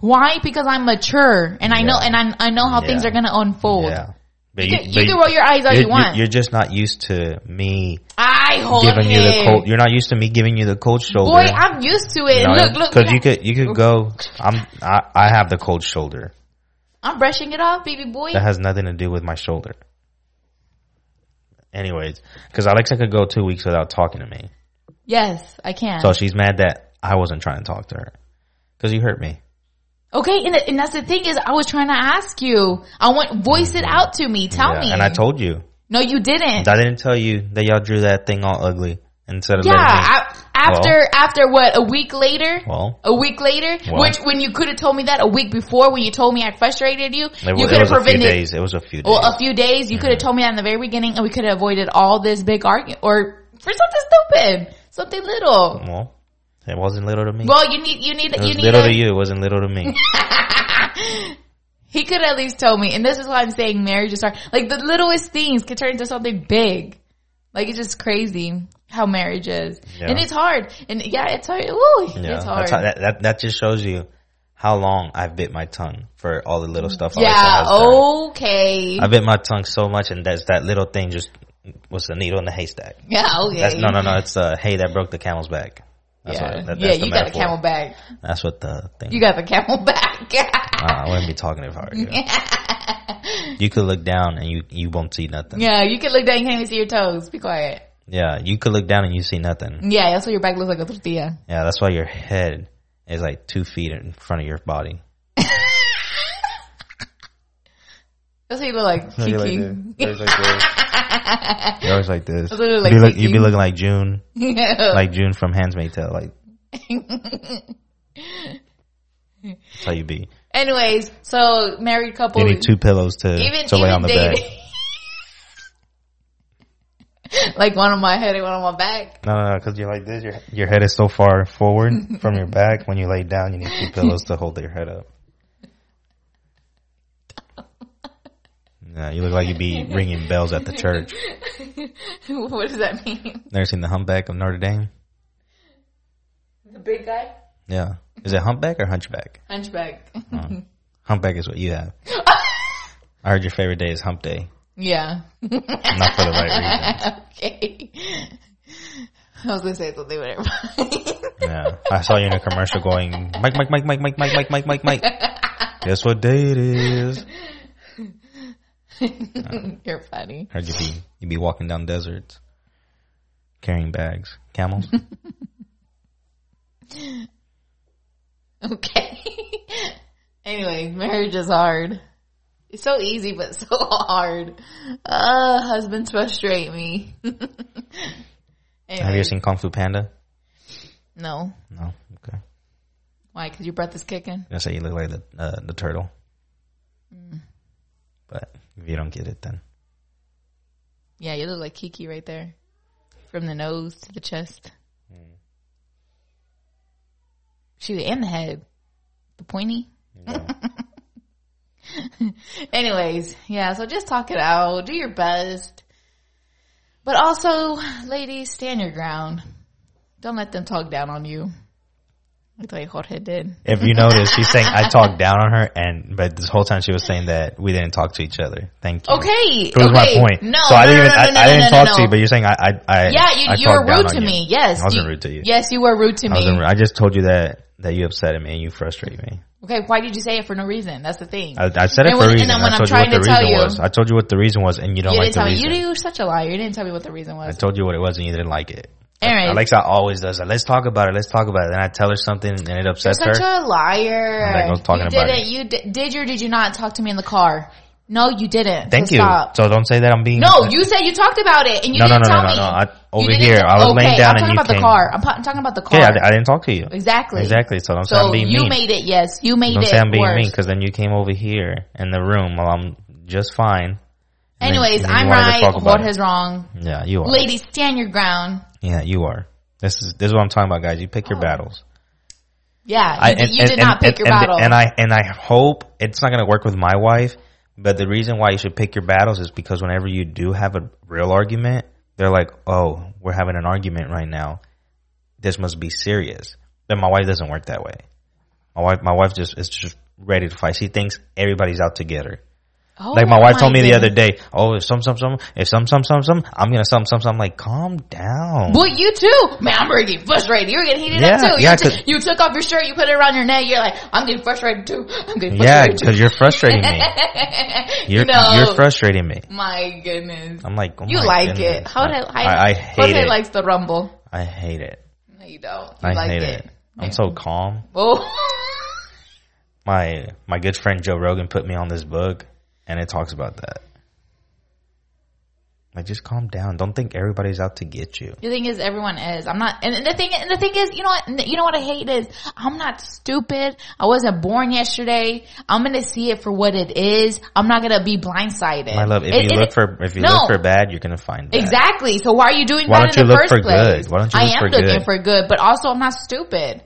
Speaker 1: Why? Because I'm mature and I know,
Speaker 2: Yeah.
Speaker 1: and I, I know how things
Speaker 2: Yeah.
Speaker 1: are gonna unfold.
Speaker 2: yeah. But
Speaker 1: You, can,
Speaker 2: but
Speaker 1: you can roll your eyes all
Speaker 2: you're,
Speaker 1: you, want.
Speaker 2: You're just not used to me
Speaker 1: I hold
Speaker 2: giving you the
Speaker 1: it.
Speaker 2: cold. You're not used to me giving you the cold shoulder.
Speaker 1: Boy, I'm used to it. look, look, look
Speaker 2: because you
Speaker 1: at-
Speaker 2: could you could go. I'm I, I have the cold shoulder.
Speaker 1: I'm brushing it off, baby boy.
Speaker 2: That has nothing to do with my shoulder. Anyways, because Alexa could go two weeks without talking to me,
Speaker 1: Yes, I can.
Speaker 2: so she's mad that I wasn't trying to talk to her because you hurt me.
Speaker 1: Okay, and, and that's the thing is, I was trying to ask you. I want voice it out to me. Tell
Speaker 2: Yeah,
Speaker 1: me.
Speaker 2: and I told you.
Speaker 1: no, you didn't.
Speaker 2: I didn't tell you that y'all drew that thing all ugly instead of
Speaker 1: yeah,
Speaker 2: letting me.
Speaker 1: I, after after what a week later.
Speaker 2: well,
Speaker 1: a week later,
Speaker 2: Well.
Speaker 1: which when you could have told me that a week before, when you told me I frustrated you,
Speaker 2: it, wa-
Speaker 1: you
Speaker 2: it
Speaker 1: could have
Speaker 2: was a few
Speaker 1: prevented
Speaker 2: days. Mm-hmm. It was a few days.
Speaker 1: well, a few days. You could have told me that in the very beginning, and we could have avoided all this big argument or for something stupid, something little.
Speaker 2: well, it wasn't little to me.
Speaker 1: uh, Well, you need you need
Speaker 2: Mm. it
Speaker 1: you
Speaker 2: was
Speaker 1: need
Speaker 2: little
Speaker 1: a-
Speaker 2: to you. It wasn't little to me.
Speaker 1: He could at least tell me, and this is why I'm saying marriage is hard. Like the littlest things can turn into something big. Like it's just crazy how marriage is,
Speaker 2: Yeah.
Speaker 1: and it's hard. And yeah, it's hard. Ooh,
Speaker 2: Yeah,
Speaker 1: it's hard.
Speaker 2: that's how, that, that that just shows you how long I've bit my tongue for all the little stuff. Alexa
Speaker 1: yeah. oh.
Speaker 2: has done.
Speaker 1: Okay.
Speaker 2: I bit my tongue so much, and that's that little thing just was the needle in the haystack.
Speaker 1: yeah. Okay.
Speaker 2: That's no, no, no. It's uh, hay that broke the camel's back. That's
Speaker 1: Yeah.
Speaker 2: what, that, that's
Speaker 1: yeah.
Speaker 2: the
Speaker 1: You got the
Speaker 2: metaphor.
Speaker 1: camel back.
Speaker 2: That's what the thing.
Speaker 1: You got the camel back.
Speaker 2: uh, I wouldn't be talking if I were you. you could look down and you you won't see nothing. Yeah.
Speaker 1: yeah. You can look down. You can't even see your toes. Be quiet.
Speaker 2: you could look down and you see nothing.
Speaker 1: Yeah. That's why your back looks like a tortilla.
Speaker 2: Yeah, that's why your head is like two feet in front of your body.
Speaker 1: That's what you look like. Kiki.
Speaker 2: You're always like this.
Speaker 1: I look
Speaker 2: You'd
Speaker 1: like
Speaker 2: be, look,
Speaker 1: Kiki.
Speaker 2: you'd be looking like June,
Speaker 1: yeah.
Speaker 2: like June from Handmaid's Tale. Like that's how you be.
Speaker 1: Anyways, so married couple.
Speaker 2: You need two pillows to
Speaker 1: even
Speaker 2: to lay
Speaker 1: even
Speaker 2: on the bed.
Speaker 1: dating. like one on my head and one on my back.
Speaker 2: No, no, no, because you're like this. Your your head is so far forward from your back. When you lay down, you need two pillows to hold your head up. Yeah, you look like you'd be ringing bells at the church.
Speaker 1: what does that mean?
Speaker 2: Never seen the humpback of Notre Dame?
Speaker 1: The big guy,
Speaker 2: Yeah. Is it humpback or hunchback?
Speaker 1: hunchback.
Speaker 2: Humpback is what you have. I heard your favorite day is hump day.
Speaker 1: Yeah.
Speaker 2: Not for the right reason.
Speaker 1: okay. I was gonna say something, whatever.
Speaker 2: Yeah. I saw you in a commercial going, Mike, Mike, Mike, Mike, Mike, Mike, Mike, Mike, Mike, Mike. Guess what day it is?
Speaker 1: You're funny.
Speaker 2: Or you'd be you'd be walking down deserts, carrying bags, camels.
Speaker 1: Okay. anyway, marriage is hard. It's so easy, but so hard. Uh, husbands frustrate me.
Speaker 2: Have you
Speaker 1: anyway,
Speaker 2: ever seen Kung Fu Panda?
Speaker 1: no.
Speaker 2: No. Okay.
Speaker 1: Why? Because your breath is kicking?
Speaker 2: I say you look like the uh, the turtle.
Speaker 1: Mm.
Speaker 2: But if you don't get it, then
Speaker 1: Yeah, you look like Kiki right there. From the nose to the chest.
Speaker 2: Hmm.
Speaker 1: Shoot, and the head. The pointy. Anyways, yeah, so just talk it out. Do your best. But also, ladies, stand your ground. Don't let them talk down on you. Like the way Jorge did.
Speaker 2: if you notice, she's saying I talked down on her, and but this whole time she was saying that we didn't talk to each other. Thank you.
Speaker 1: Okay.
Speaker 2: That was
Speaker 1: okay.
Speaker 2: my point.
Speaker 1: No,
Speaker 2: so I
Speaker 1: no,
Speaker 2: didn't.
Speaker 1: no,
Speaker 2: even-
Speaker 1: no,
Speaker 2: I,
Speaker 1: no,
Speaker 2: I
Speaker 1: no,
Speaker 2: didn't
Speaker 1: no,
Speaker 2: talk
Speaker 1: no.
Speaker 2: to you, but you're saying I. I, I
Speaker 1: Yeah, you,
Speaker 2: I
Speaker 1: you were
Speaker 2: talked down
Speaker 1: rude
Speaker 2: on
Speaker 1: to
Speaker 2: you.
Speaker 1: me. Yes.
Speaker 2: I wasn't
Speaker 1: you-
Speaker 2: rude to you.
Speaker 1: Yes, you were rude to
Speaker 2: I
Speaker 1: me.
Speaker 2: wasn't. I just told you that that you upset me and you frustrate me.
Speaker 1: Okay, why did you say it for no reason? That's the thing.
Speaker 2: I, I said it
Speaker 1: And
Speaker 2: for
Speaker 1: when- and
Speaker 2: a reason.
Speaker 1: then when
Speaker 2: I
Speaker 1: I'm
Speaker 2: told you
Speaker 1: trying
Speaker 2: what
Speaker 1: to
Speaker 2: the reason
Speaker 1: tell you-
Speaker 2: was. I told you what the reason was, and you don't
Speaker 1: you
Speaker 2: like
Speaker 1: didn't tell
Speaker 2: the
Speaker 1: me.
Speaker 2: reason.
Speaker 1: You, you were such a liar. You didn't tell me what the reason
Speaker 2: I
Speaker 1: was.
Speaker 2: told you what it was, and you didn't like it.
Speaker 1: Anyways,
Speaker 2: Alexa always does that. Let's talk about it. Let's talk about it. Then I tell her something, and it
Speaker 1: you're
Speaker 2: upsets her.
Speaker 1: such a liar.
Speaker 2: I'm like, I was
Speaker 1: you
Speaker 2: talking about
Speaker 1: didn't. You di- did you or did you not talk to me in the car? No, you didn't.
Speaker 2: Thank
Speaker 1: So
Speaker 2: you.
Speaker 1: Stop.
Speaker 2: So don't say that I'm being.
Speaker 1: No, you said you talked about it and you
Speaker 2: No, no,
Speaker 1: didn't
Speaker 2: no,
Speaker 1: tell
Speaker 2: no, no,
Speaker 1: me.
Speaker 2: no. I-
Speaker 1: You
Speaker 2: over
Speaker 1: didn't
Speaker 2: here,
Speaker 1: tell-
Speaker 2: I was laying
Speaker 1: okay, I'm
Speaker 2: down and
Speaker 1: talking
Speaker 2: you
Speaker 1: about
Speaker 2: came-
Speaker 1: the car. I'm, pa- I'm talking about the car.
Speaker 2: Okay, I, I didn't talk to you.
Speaker 1: exactly.
Speaker 2: Exactly. So don't say
Speaker 1: So
Speaker 2: I'm being
Speaker 1: you
Speaker 2: mean.
Speaker 1: made it. Yes, you made
Speaker 2: don't
Speaker 1: it
Speaker 2: say I'm being
Speaker 1: worse.
Speaker 2: mean because then you came over here in the room while I'm just fine. And then-
Speaker 1: Anyways,
Speaker 2: and then you
Speaker 1: I'm
Speaker 2: wanted to
Speaker 1: right.
Speaker 2: talk about
Speaker 1: Jorge's wrong.
Speaker 2: it. Yeah, you are.
Speaker 1: Ladies, stand your ground.
Speaker 2: Yeah, you are. This is this is what I'm talking about, guys. You
Speaker 1: Oh.
Speaker 2: pick your battles.
Speaker 1: Yeah, you, did- you did not pick your
Speaker 2: and,
Speaker 1: battle.
Speaker 2: And I and I hope it's not going to work with my wife. But the reason why you should pick your battles is because whenever you do have a real argument, they're like, "Oh, we're having an argument right now. This must be serious." But my wife doesn't work that way. My wife, my wife just is just ready to fight. She thinks everybody's out to get her.
Speaker 1: Oh
Speaker 2: Like my wife told me the
Speaker 1: goodness.
Speaker 2: other day, "Oh, if some some some, if some some some some, I'm gonna some some some." I'm like, calm down.
Speaker 1: Boy, you too. Man, I'm already getting frustrated. You're getting heated
Speaker 2: Yeah,
Speaker 1: up too.
Speaker 2: yeah,
Speaker 1: you,
Speaker 2: 'cause-
Speaker 1: t- you took off your shirt, you put it around your neck. You're like, I'm getting frustrated too. I'm getting
Speaker 2: Yeah,
Speaker 1: frustrated
Speaker 2: because
Speaker 1: too.
Speaker 2: you're frustrating me. You're
Speaker 1: No.
Speaker 2: you're frustrating me.
Speaker 1: My goodness.
Speaker 2: I'm like, oh
Speaker 1: you
Speaker 2: my
Speaker 1: like it.
Speaker 2: goodness.
Speaker 1: How
Speaker 2: I,
Speaker 1: did I,
Speaker 2: I, I hate
Speaker 1: Jorge
Speaker 2: it.
Speaker 1: likes the rumble.
Speaker 2: I hate it.
Speaker 1: No, you don't. You
Speaker 2: I
Speaker 1: like
Speaker 2: hate
Speaker 1: it.
Speaker 2: it. I'm so calm.
Speaker 1: Oh.
Speaker 2: My my good friend Joe Rogan put me on this book, and it talks about that. Like, just calm down. Don't think everybody's out to get you.
Speaker 1: The thing is, everyone is. I'm not, and and the thing, and the thing is, you know what, and you know what I hate is, I'm not stupid. I wasn't born yesterday. I'm gonna see it for what it is. I'm not gonna be blindsided.
Speaker 2: My love, if
Speaker 1: It-
Speaker 2: you
Speaker 1: it-
Speaker 2: look for if you
Speaker 1: no.
Speaker 2: look for bad, you're gonna find bad.
Speaker 1: Exactly. So why are you doing
Speaker 2: Why
Speaker 1: that
Speaker 2: don't
Speaker 1: in
Speaker 2: you
Speaker 1: the
Speaker 2: look
Speaker 1: first
Speaker 2: for
Speaker 1: place?
Speaker 2: good? Why don't you look
Speaker 1: I am
Speaker 2: for
Speaker 1: looking
Speaker 2: good?
Speaker 1: for good, but also I'm not stupid.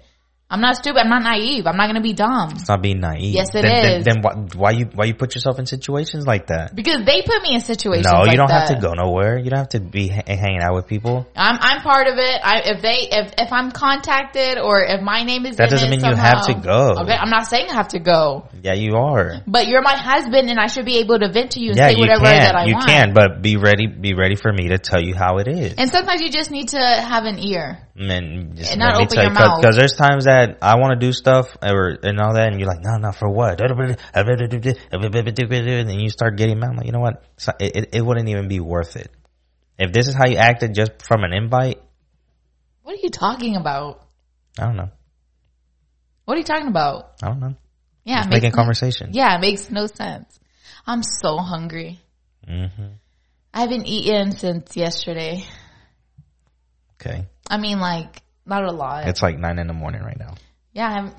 Speaker 1: I'm not stupid. I'm not naive. I'm not gonna be dumb
Speaker 2: It's not being naive.
Speaker 1: Yes, it
Speaker 2: it is. then,
Speaker 1: is.
Speaker 2: Then, then why, why you why you put yourself in situations like that?
Speaker 1: because they put me in situations.
Speaker 2: No,
Speaker 1: like
Speaker 2: you don't have
Speaker 1: that.
Speaker 2: to go nowhere. You don't have to be ha- hanging out with people.
Speaker 1: I'm I'm part of it. I if they if if I'm contacted or if my name is
Speaker 2: That
Speaker 1: in
Speaker 2: doesn't
Speaker 1: it
Speaker 2: mean you have
Speaker 1: somehow-
Speaker 2: to go.
Speaker 1: Okay, I'm not saying I have to go.
Speaker 2: Yeah, you are.
Speaker 1: But you're my husband, and I should be able to vent to you and
Speaker 2: Yeah,
Speaker 1: say
Speaker 2: you
Speaker 1: whatever that I
Speaker 2: can. You
Speaker 1: want.
Speaker 2: can, but be ready. Be ready for me to tell you how it is.
Speaker 1: And sometimes you just need to have an ear.
Speaker 2: And just
Speaker 1: And not
Speaker 2: let me
Speaker 1: open
Speaker 2: tell
Speaker 1: your
Speaker 2: you, cause,
Speaker 1: mouth.
Speaker 2: 'cause there's times that I want to do stuff or and all that, and you're like, no, no, for what? And then you start getting mad. I'm like, you know what? It's not- It, it, it wouldn't even be worth it. If this is how you acted just from an invite,
Speaker 1: What are you talking about?
Speaker 2: I don't know.
Speaker 1: What are you talking about?
Speaker 2: I don't know.
Speaker 1: Yeah, it makes,
Speaker 2: Making conversation.
Speaker 1: yeah, it makes no sense. I'm so hungry.
Speaker 2: hmm
Speaker 1: I haven't eaten since yesterday.
Speaker 2: Okay.
Speaker 1: I mean, like not a lot.
Speaker 2: It's like nine in the morning right now.
Speaker 1: yeah, I'm,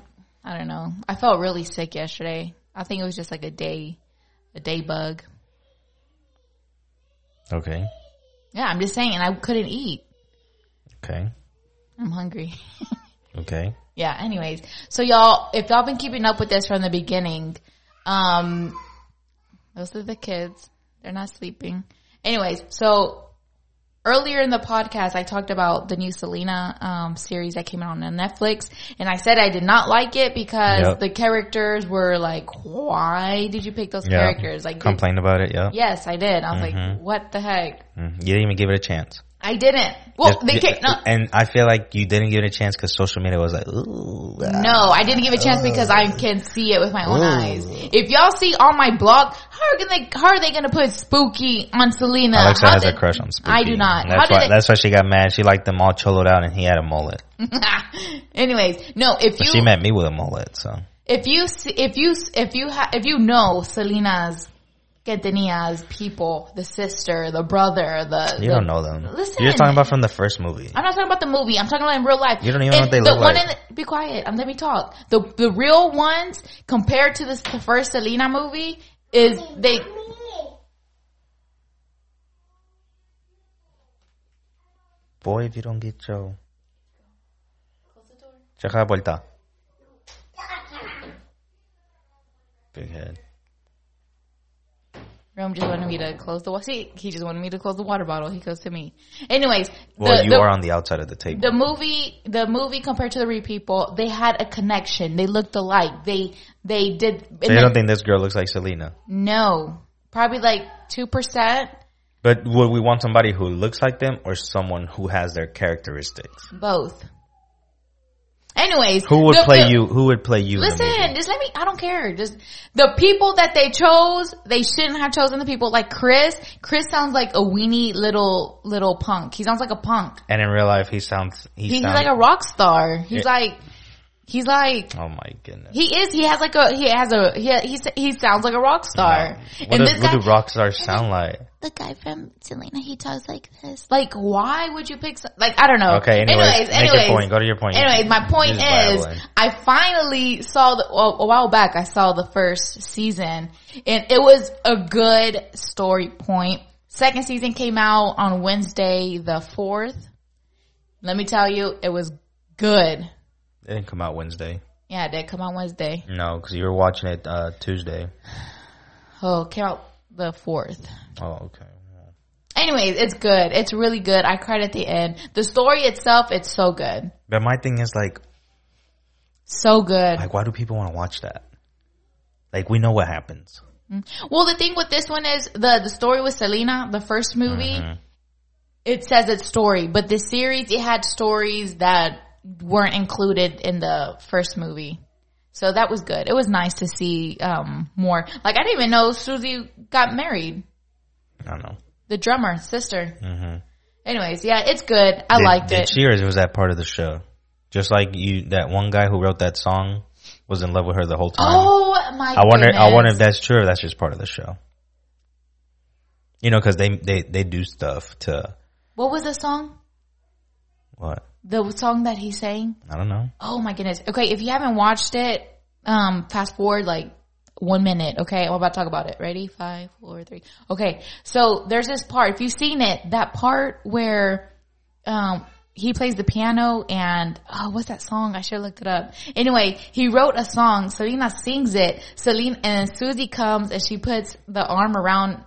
Speaker 1: I don't know. I felt really sick yesterday. I think it was just like a day, a day bug.
Speaker 2: Okay.
Speaker 1: Yeah, I'm just saying. I couldn't eat.
Speaker 2: Okay.
Speaker 1: I'm hungry.
Speaker 2: Okay.
Speaker 1: Yeah, anyways. So y'all, if y'all been keeping up with this from the beginning, um those are the kids. They're not sleeping. Anyways, so earlier in the podcast I talked about the new Selena um series that came out on Netflix and I said I did not like it because
Speaker 2: Yep.
Speaker 1: the characters were like, Why did you pick those
Speaker 2: Yeah. Mm-hmm.
Speaker 1: characters? Like did-
Speaker 2: Complain about it. Yeah.
Speaker 1: Yes, I did. I was like, What the heck?
Speaker 2: Mhm. You didn't even give it a chance.
Speaker 1: I didn't. Well,
Speaker 2: Just-
Speaker 1: Oh, they uh,
Speaker 2: ju-
Speaker 1: can no,
Speaker 2: And I feel like you didn't give it a chance because social media was like, ooh. ah.
Speaker 1: no, I didn't give it a chance because I can see it with my own
Speaker 2: Oh. Ooh.
Speaker 1: eyes. If y'all see on my blog, how are they, how are they gonna put spooky on Selena?
Speaker 2: Alexa
Speaker 1: How
Speaker 2: has
Speaker 1: did-
Speaker 2: a crush on Spooky.
Speaker 1: I do not.
Speaker 2: That's
Speaker 1: how
Speaker 2: why.
Speaker 1: did
Speaker 2: That's why she got mad. She liked them all choloed out, and he had a mullet.
Speaker 1: it? Anyways, no, if
Speaker 2: But
Speaker 1: you,
Speaker 2: she met me with a mullet, so
Speaker 1: if you, see- if you, if you, ha- if you know Selena's, que tenías people, the sister, the brother, the,
Speaker 2: you
Speaker 1: the-
Speaker 2: don't know them.
Speaker 1: Listen.
Speaker 2: You're just talking about from the first movie.
Speaker 1: I'm not talking about the movie. I'm talking about in real life.
Speaker 2: You don't even know
Speaker 1: And
Speaker 2: what they
Speaker 1: the
Speaker 2: look
Speaker 1: one
Speaker 2: like.
Speaker 1: In the, be quiet. Um, let me talk. The the real ones compared to this the first Selena movie is they.
Speaker 2: Boy, if you don't get your check out vuelta. Big head.
Speaker 1: Rome just wanted me to close the wa- see. He just wanted me to close the water bottle. He goes to me. Anyways,
Speaker 2: Well,
Speaker 1: the,
Speaker 2: you
Speaker 1: the,
Speaker 2: are on the outside of the table.
Speaker 1: the movie the movie compared to the real people, they had a connection. They looked alike. They they did.
Speaker 2: so you don't think this girl looks like Selena?
Speaker 1: no, probably like two percent.
Speaker 2: But would we want somebody who looks like them or someone who has their characteristics?
Speaker 1: Both. Anyways,
Speaker 2: Who would
Speaker 1: the-
Speaker 2: play
Speaker 1: the-
Speaker 2: you? Who would play you? in the movie?
Speaker 1: Listen, just let me. I don't care. Just the people that they chose, they shouldn't have chosen the people like Chris. Chris sounds like a weenie little little punk. He sounds like a punk.
Speaker 2: And in real life, he sounds. He
Speaker 1: He's
Speaker 2: sounds.
Speaker 1: like a rock star. He's
Speaker 2: Yeah.
Speaker 1: like, he's like.
Speaker 2: oh my goodness.
Speaker 1: He is. He has like a. He has a. He he, he sounds like a rock star.
Speaker 2: What, do, what do rock stars sound like?
Speaker 1: the guy from Selena, he talks like this. Like, why would you pick? Some, like, I don't know.
Speaker 2: Okay, anyways, make your point. Go to your point.
Speaker 1: Anyways, my point
Speaker 2: Just
Speaker 1: is,
Speaker 2: babbling.
Speaker 1: I finally saw the well, a while back. I saw the first season, and it was a good story point. Second season came out on Wednesday the fourth. Let me tell you, it was good.
Speaker 2: It didn't come out Wednesday.
Speaker 1: Yeah, it did come out Wednesday.
Speaker 2: No, because you were watching it uh, Tuesday.
Speaker 1: Oh, it came out the fourth.
Speaker 2: Oh, okay.
Speaker 1: Anyways, it's good. It's really good. I cried at the end. The story itself, it's so good.
Speaker 2: But my thing is like,
Speaker 1: So good.
Speaker 2: like, why do people want to watch that? Like, we know what happens.
Speaker 1: Well, the thing with this one is the the story with Selena, the first movie,
Speaker 2: Mm-hmm.
Speaker 1: it says it's story, but the series it had stories that weren't included in the first movie. So that was good. It was nice to see um more. Like I didn't even know Susie got married,
Speaker 2: I don't know.
Speaker 1: the drummer sister.
Speaker 2: Mm-hmm.
Speaker 1: Anyways, yeah, it's good. I liked
Speaker 2: did
Speaker 1: it.
Speaker 2: She or was that part of the show? Just like you, that one guy who wrote that song was in love with her the whole time.
Speaker 1: oh my!
Speaker 2: Um, I wonder. I
Speaker 1: goodness.
Speaker 2: wonder if that's true or that's just part of the show. You know, because they they they do stuff to
Speaker 1: What was the song?
Speaker 2: what
Speaker 1: The song that he sang.
Speaker 2: I don't know.
Speaker 1: Oh my goodness. Okay, if you haven't watched it, um, fast forward like one minute. Okay, I'm about to talk about it. Ready? Five, four, three. Okay, so there's this part. If you've seen it, that part where um he plays the piano and oh, what's that song? I should have looked it up. Anyway, he wrote a song. Selena sings it. Selena and Susie comes and she puts the arm around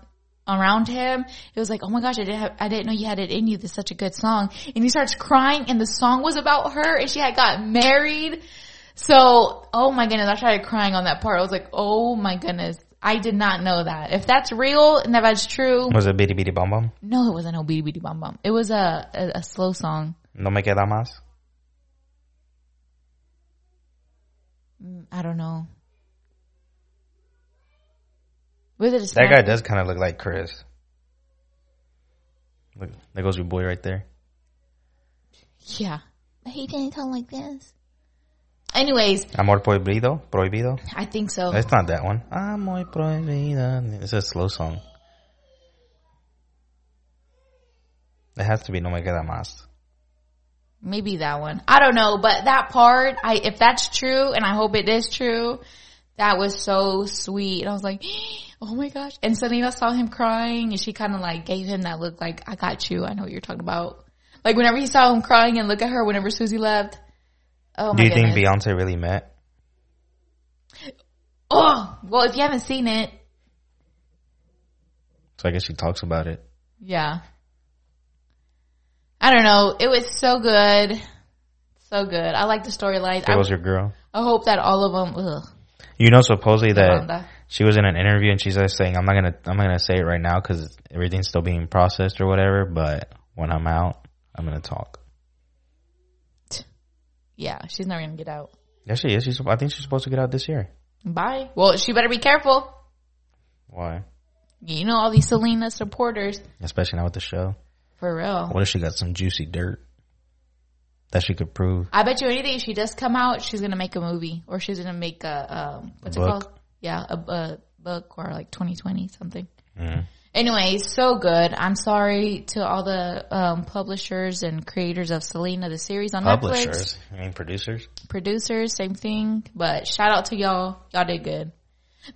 Speaker 1: around him. It was like, oh my gosh, I didn't have, I didn't know you had it in you. This is such a good song. And he starts crying and the song was about her and she had got married. So, oh my goodness, I started crying on that part. I was like, oh my goodness. I did not know that. If that's real and if that's true,
Speaker 2: Was it Bitty Bitty Bom Bom?
Speaker 1: no, it wasn't Obidi Bidi Bum Bum. It was a, a, a slow song.
Speaker 2: No me queda más.
Speaker 1: I don't know. Was it a
Speaker 2: That
Speaker 1: Spanish?
Speaker 2: guy does kind of look like Chris. Look, there goes your boy right there.
Speaker 1: Yeah. He didn't sound like this. Anyways,
Speaker 2: Amor prohibido, prohibido.
Speaker 1: I think so.
Speaker 2: It's not that one. Amor prohibido. It's a slow song. It has to be No me queda más.
Speaker 1: Maybe that one. I don't know, but that part, I if that's true, and I hope it is true, that was so sweet. And I was like, oh my gosh. And Selena saw him crying and she kinda like gave him that look like, I got you, I know what you're talking about. Like whenever he saw him crying and look at her whenever Susie left. Oh my
Speaker 2: Do you
Speaker 1: goodness.
Speaker 2: think Beyonce really met?
Speaker 1: oh well if you haven't seen it,
Speaker 2: So I guess she talks about it.
Speaker 1: yeah. I don't know. It was so good. So good. I like the storyline.
Speaker 2: There
Speaker 1: I,
Speaker 2: goes your girl.
Speaker 1: I hope that all of them, ugh,
Speaker 2: You know, supposedly that
Speaker 1: Yolanda.
Speaker 2: she was in an interview and she's just saying, "I'm not gonna, I'm not gonna say it right now because everything's still being processed or whatever." But When I'm out, I'm gonna talk.
Speaker 1: Yeah, she's never gonna get out.
Speaker 2: Yeah, she is. She's, I think she's supposed to get out this year.
Speaker 1: Bye. Well, she better be careful.
Speaker 2: Why?
Speaker 1: You know all these Selena supporters
Speaker 2: Especially now with the show.
Speaker 1: for real.
Speaker 2: What if she got some juicy dirt that she could prove?
Speaker 1: I bet you anything. If she does come out, she's gonna make a movie or she's gonna make a um, what's it
Speaker 2: Book.
Speaker 1: called? Yeah, a, a book or like 2020 something.
Speaker 2: Mm.
Speaker 1: Anyway, so good. I'm sorry to all the um, publishers and creators of Selena the series on Netflix.
Speaker 2: Publishers, I mean producers.
Speaker 1: Producers, same thing. But shout out to y'all. Y'all did good.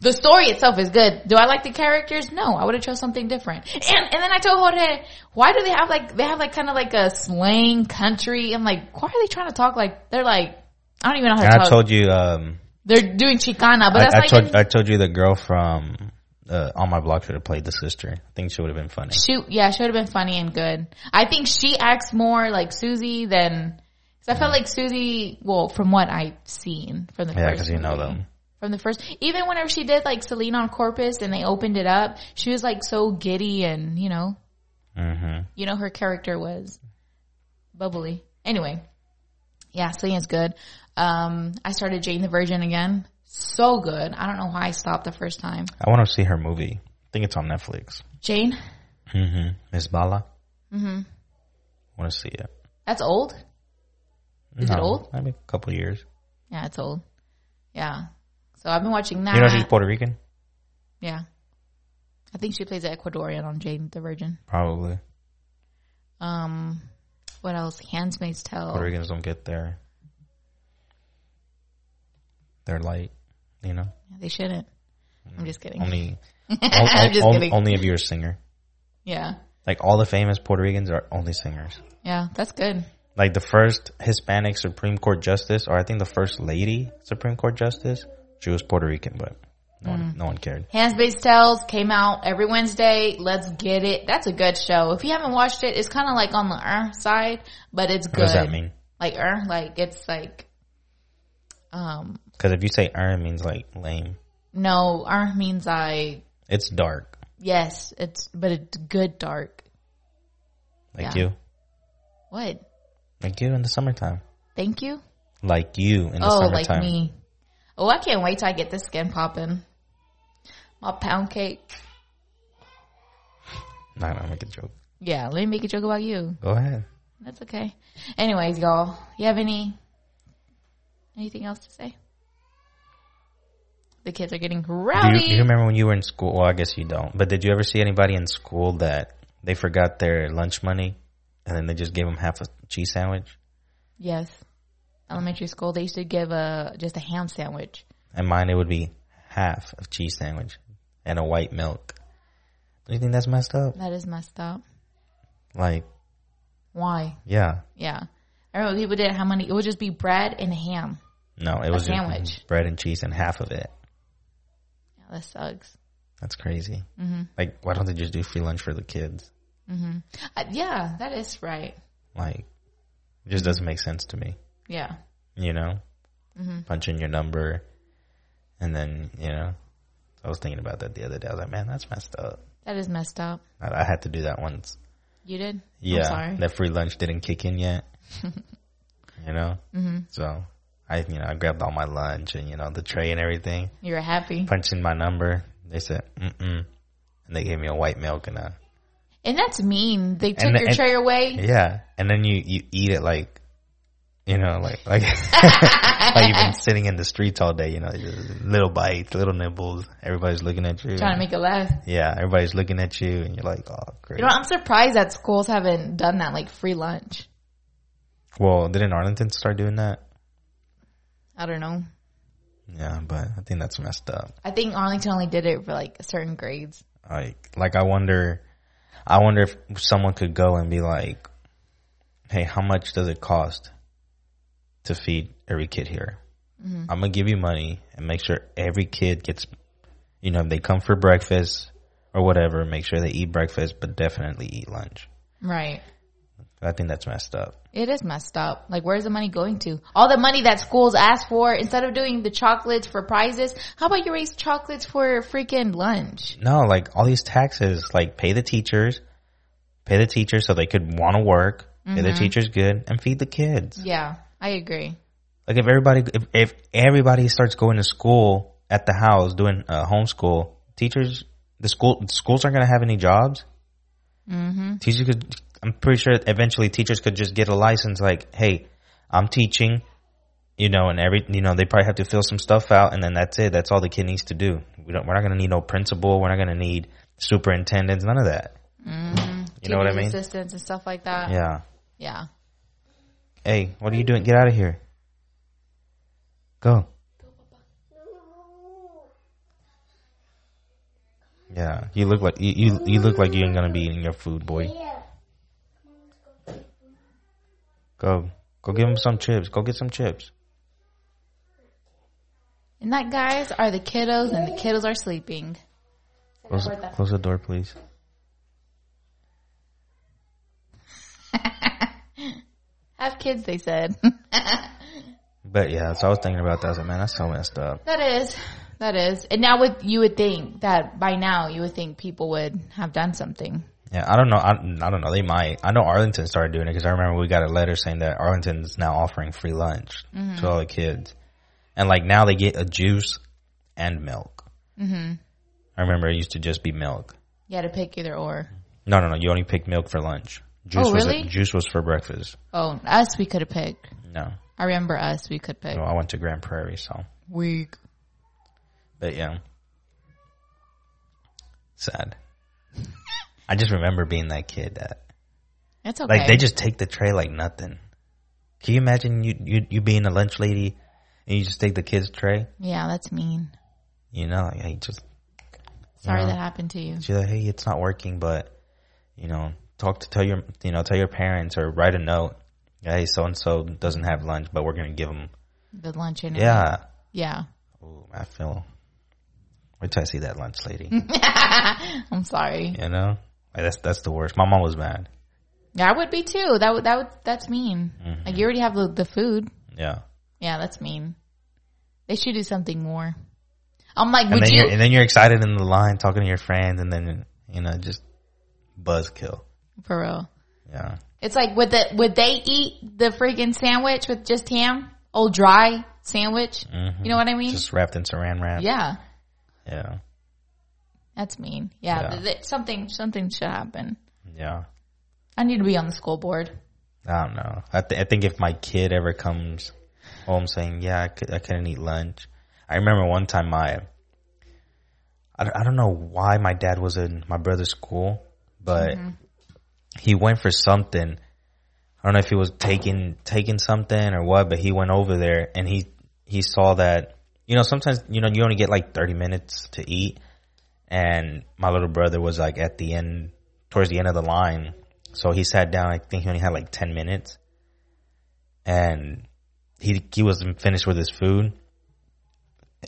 Speaker 1: The story itself is good. Do I like the characters? No, I would have chose something different. And and then I told Jorge, why do they have like they have like kind of like a slang country? I'm like, why are they trying to talk like they're like I don't even know how to
Speaker 2: And
Speaker 1: talk.
Speaker 2: I told you, um,
Speaker 1: they're doing Chicana, but
Speaker 2: I,
Speaker 1: that's
Speaker 2: I
Speaker 1: like
Speaker 2: told
Speaker 1: in-
Speaker 2: I told you the girl from uh, on my block should have played the sister. I think she would have been funny.
Speaker 1: She, yeah, she would have been funny and good. I think she acts more like Susie than, cause I felt like Susie, well, from what I've seen from the
Speaker 2: Yeah,
Speaker 1: first,
Speaker 2: because you know
Speaker 1: movie.
Speaker 2: them.
Speaker 1: From the first, even whenever she did like Selena on Corpus and they opened it up, she was like so giddy and, you know,
Speaker 2: hmm
Speaker 1: you know, her character was bubbly. Anyway, yeah, Selena's good. Um, I started Jane the Virgin again. So good. I don't know why I stopped the first time.
Speaker 2: I want to see her movie. I think it's on Netflix.
Speaker 1: Jane,
Speaker 2: Mm-hmm. Miss Bala. Mm-hmm. Want to see it?
Speaker 1: that's old. Is it old?
Speaker 2: Maybe a couple years.
Speaker 1: Yeah, it's old. Yeah. So I've been watching that.
Speaker 2: You know she's Puerto Rican.
Speaker 1: yeah. I think she plays an Ecuadorian on Jane the Virgin.
Speaker 2: Probably
Speaker 1: Um, what else? Handmaid's Tale.
Speaker 2: Puerto Ricans don't get their their light. You know,
Speaker 1: Yeah, they shouldn't. I'm just kidding.
Speaker 2: only
Speaker 1: I'm just
Speaker 2: on-
Speaker 1: kidding.
Speaker 2: only if you're a singer.
Speaker 1: yeah.
Speaker 2: Like all the famous Puerto Ricans are only singers.
Speaker 1: Yeah, that's good.
Speaker 2: like the first Hispanic Supreme Court justice, or I think the first lady Supreme Court justice. She was Puerto Rican, but
Speaker 1: Mm.
Speaker 2: no one, no one cared.
Speaker 1: Handmaid's Tales came out every Wednesday. Let's get it. That's a good show. If you haven't watched it, it's kind of like on the er side, but it's good.
Speaker 2: What does that mean?
Speaker 1: Like er, like it's like, um,
Speaker 2: Because if you say "earn," means like lame.
Speaker 1: no, er means I,
Speaker 2: It's dark,
Speaker 1: yes, it's, but it's good dark.
Speaker 2: like
Speaker 1: Yeah.
Speaker 2: you,
Speaker 1: What?
Speaker 2: like you in the summertime,
Speaker 1: Thank you.
Speaker 2: like you in the
Speaker 1: oh, like
Speaker 2: summertime.
Speaker 1: me. Oh, I can't wait till I get this skin popping. My pound cake.
Speaker 2: No, no, make a joke.
Speaker 1: Yeah, let me make a joke about you.
Speaker 2: Go ahead.
Speaker 1: That's okay. Anyways, y'all, you have any anything else to say? The kids are getting
Speaker 2: Do
Speaker 1: rowdy.
Speaker 2: you, do you remember when you were in school? Well, I guess you don't. But did you ever see anybody in school that they forgot their lunch money, and then they just gave them half a cheese sandwich?
Speaker 1: yes. Elementary school, they used to give a just a ham sandwich.
Speaker 2: And mine, it would be half of cheese sandwich and a white milk. Do you think that's messed up?
Speaker 1: That is messed up.
Speaker 2: Like,
Speaker 1: Why?
Speaker 2: yeah.
Speaker 1: Yeah. I remember people didn't have money. It would just be bread and ham.
Speaker 2: No, it was just
Speaker 1: sandwich.
Speaker 2: bread and cheese and half of it.
Speaker 1: Yeah, that sucks.
Speaker 2: That's crazy. Mm-hmm. Like, why don't they just do free lunch for the kids?
Speaker 1: Uh, yeah, that is right.
Speaker 2: Like, it just doesn't make sense to me.
Speaker 1: Yeah.
Speaker 2: You know?
Speaker 1: Mm-hmm.
Speaker 2: Punch in your number and then, you know. I was thinking about that the other day. I was like, man, that's messed up.
Speaker 1: That is messed up.
Speaker 2: I, I had to do that once.
Speaker 1: You did?
Speaker 2: Yeah,
Speaker 1: I'm sorry.
Speaker 2: that free lunch didn't kick in yet. you know, mm-hmm. so I you know I grabbed all my lunch and you know the tray and everything,
Speaker 1: you were happy.
Speaker 2: punched in my number. They said mm mm, and they gave me a white milk and a
Speaker 1: And that's mean. They took
Speaker 2: And the-
Speaker 1: your
Speaker 2: and-
Speaker 1: tray away.
Speaker 2: yeah. And then you you eat it like you know like like like you've been sitting in the streets all day. You know, just little bites, little nibbles. Everybody's looking at you.
Speaker 1: Trying to make it laugh.
Speaker 2: yeah, everybody's looking at you, and you're like, oh great.
Speaker 1: You know, I'm surprised that schools haven't done that, like free lunch.
Speaker 2: well, didn't Arlington start doing that?
Speaker 1: I don't know.
Speaker 2: Yeah, but I think that's messed up.
Speaker 1: I think Arlington only did it for like certain grades.
Speaker 2: like like I wonder I wonder if someone could go and be like, "Hey, how much does it cost to feed every kid here? I'm gonna give you money and make sure every kid gets, you know, if they come for breakfast or whatever, make sure they eat breakfast, but definitely eat lunch.
Speaker 1: Right.
Speaker 2: I think that's messed up.
Speaker 1: It is messed up. Like, where's the money going to? All the money that schools ask for, instead of doing the chocolates for prizes, how about you raise chocolates for freaking lunch?
Speaker 2: No, like all these taxes, like pay the teachers, Pay the teacher so they could want to work. Pay the teachers good and feed the kids.
Speaker 1: Yeah, I agree.
Speaker 2: Like if everybody if, if everybody starts going to school at the house doing uh, homeschool, teachers the school schools aren't going to have any jobs.
Speaker 1: hmm
Speaker 2: Teachers could I'm pretty sure eventually teachers could just get a license like, "Hey, I'm teaching." You know, and every you know, they probably have to fill some stuff out and then that's it. That's all the kid needs to do. We don't we're not going to need no principal, we're not going to need superintendents, none of that. You know what I mean?
Speaker 1: Assistants and stuff like that.
Speaker 2: Yeah.
Speaker 1: Yeah.
Speaker 2: Hey, what are you doing? Get out of here. Go. Yeah, you look like you, you you look like you ain't gonna be eating your food, boy. Go, go give him some chips. Go get some chips.
Speaker 1: And that guys are the kiddos, and the kiddos are sleeping.
Speaker 2: Close, close the door, please.
Speaker 1: Have kids, they said.
Speaker 2: But yeah, so I was thinking about that. I was like, man, that's so messed up.
Speaker 1: that is, that is. And now, would you would think that by now you would think people would have done something.
Speaker 2: Yeah, I don't know. I, I don't know. They might. I know Arlington started doing it because I remember we got a letter saying that Arlington's now offering free lunch
Speaker 1: Mm-hmm.
Speaker 2: to all the kids, and like now they get a juice and milk. Mm-hmm. I remember it used to just be milk.
Speaker 1: You had to pick either or.
Speaker 2: No, no, no. You only pick milk for lunch. Juice
Speaker 1: Oh,
Speaker 2: Was
Speaker 1: really?
Speaker 2: juice was for breakfast.
Speaker 1: Oh, us we could have picked.
Speaker 2: No,
Speaker 1: I remember us we could pick.
Speaker 2: well, I went to Grand Prairie, so
Speaker 1: Weak.
Speaker 2: but yeah, sad. I just remember being that kid that
Speaker 1: It's okay.
Speaker 2: Like they just take the tray like nothing. Can you imagine you you, you being a lunch lady and you just take the kids' tray?
Speaker 1: yeah, that's mean.
Speaker 2: You know, like hey, just
Speaker 1: Sorry
Speaker 2: Yeah.
Speaker 1: that happened to you.
Speaker 2: she's like, hey, it's not working, but you know, talk to tell your you know tell your parents or write a note. Hey, so and so doesn't have lunch, but we're gonna give them.
Speaker 1: The lunch and
Speaker 2: Yeah,
Speaker 1: yeah.
Speaker 2: Ooh, I feel. Wait till I see that lunch lady.
Speaker 1: Mm-hmm. I'm sorry.
Speaker 2: you know, like, that's that's the worst. My mom was mad.
Speaker 1: Yeah, I would be too. That would that would that's mean.
Speaker 2: Mm-hmm.
Speaker 1: Like you already have the the food.
Speaker 2: Yeah,
Speaker 1: Yeah, that's mean. They should do something more. I'm like,
Speaker 2: and
Speaker 1: would
Speaker 2: then
Speaker 1: you?
Speaker 2: are and then you're excited in the line talking to your friends, and then you know just buzzkill.
Speaker 1: For real,
Speaker 2: Yeah.
Speaker 1: it's like would the would they eat the freaking sandwich with just ham, old dry sandwich? You know what I mean?
Speaker 2: Mm-hmm. just wrapped in saran wrap.
Speaker 1: yeah,
Speaker 2: yeah,
Speaker 1: that's mean. Yeah,
Speaker 2: Yeah.
Speaker 1: Th- th- something something should happen.
Speaker 2: Yeah.
Speaker 1: I need to be on the school board.
Speaker 2: I don't know. I, th- I think if my kid ever comes home saying, "Yeah, I, could, I couldn't eat lunch," I remember one time my, I don't, I don't know why my dad was in my brother's school, but he went for something. I don't know if he was taking taking something or what, but he went over there and he he saw that you know sometimes you know you only get like thirty minutes to eat, and my little brother was like at the end towards the end of the line, so he sat down. I think he only had like ten minutes, and he he wasn't finished with his food.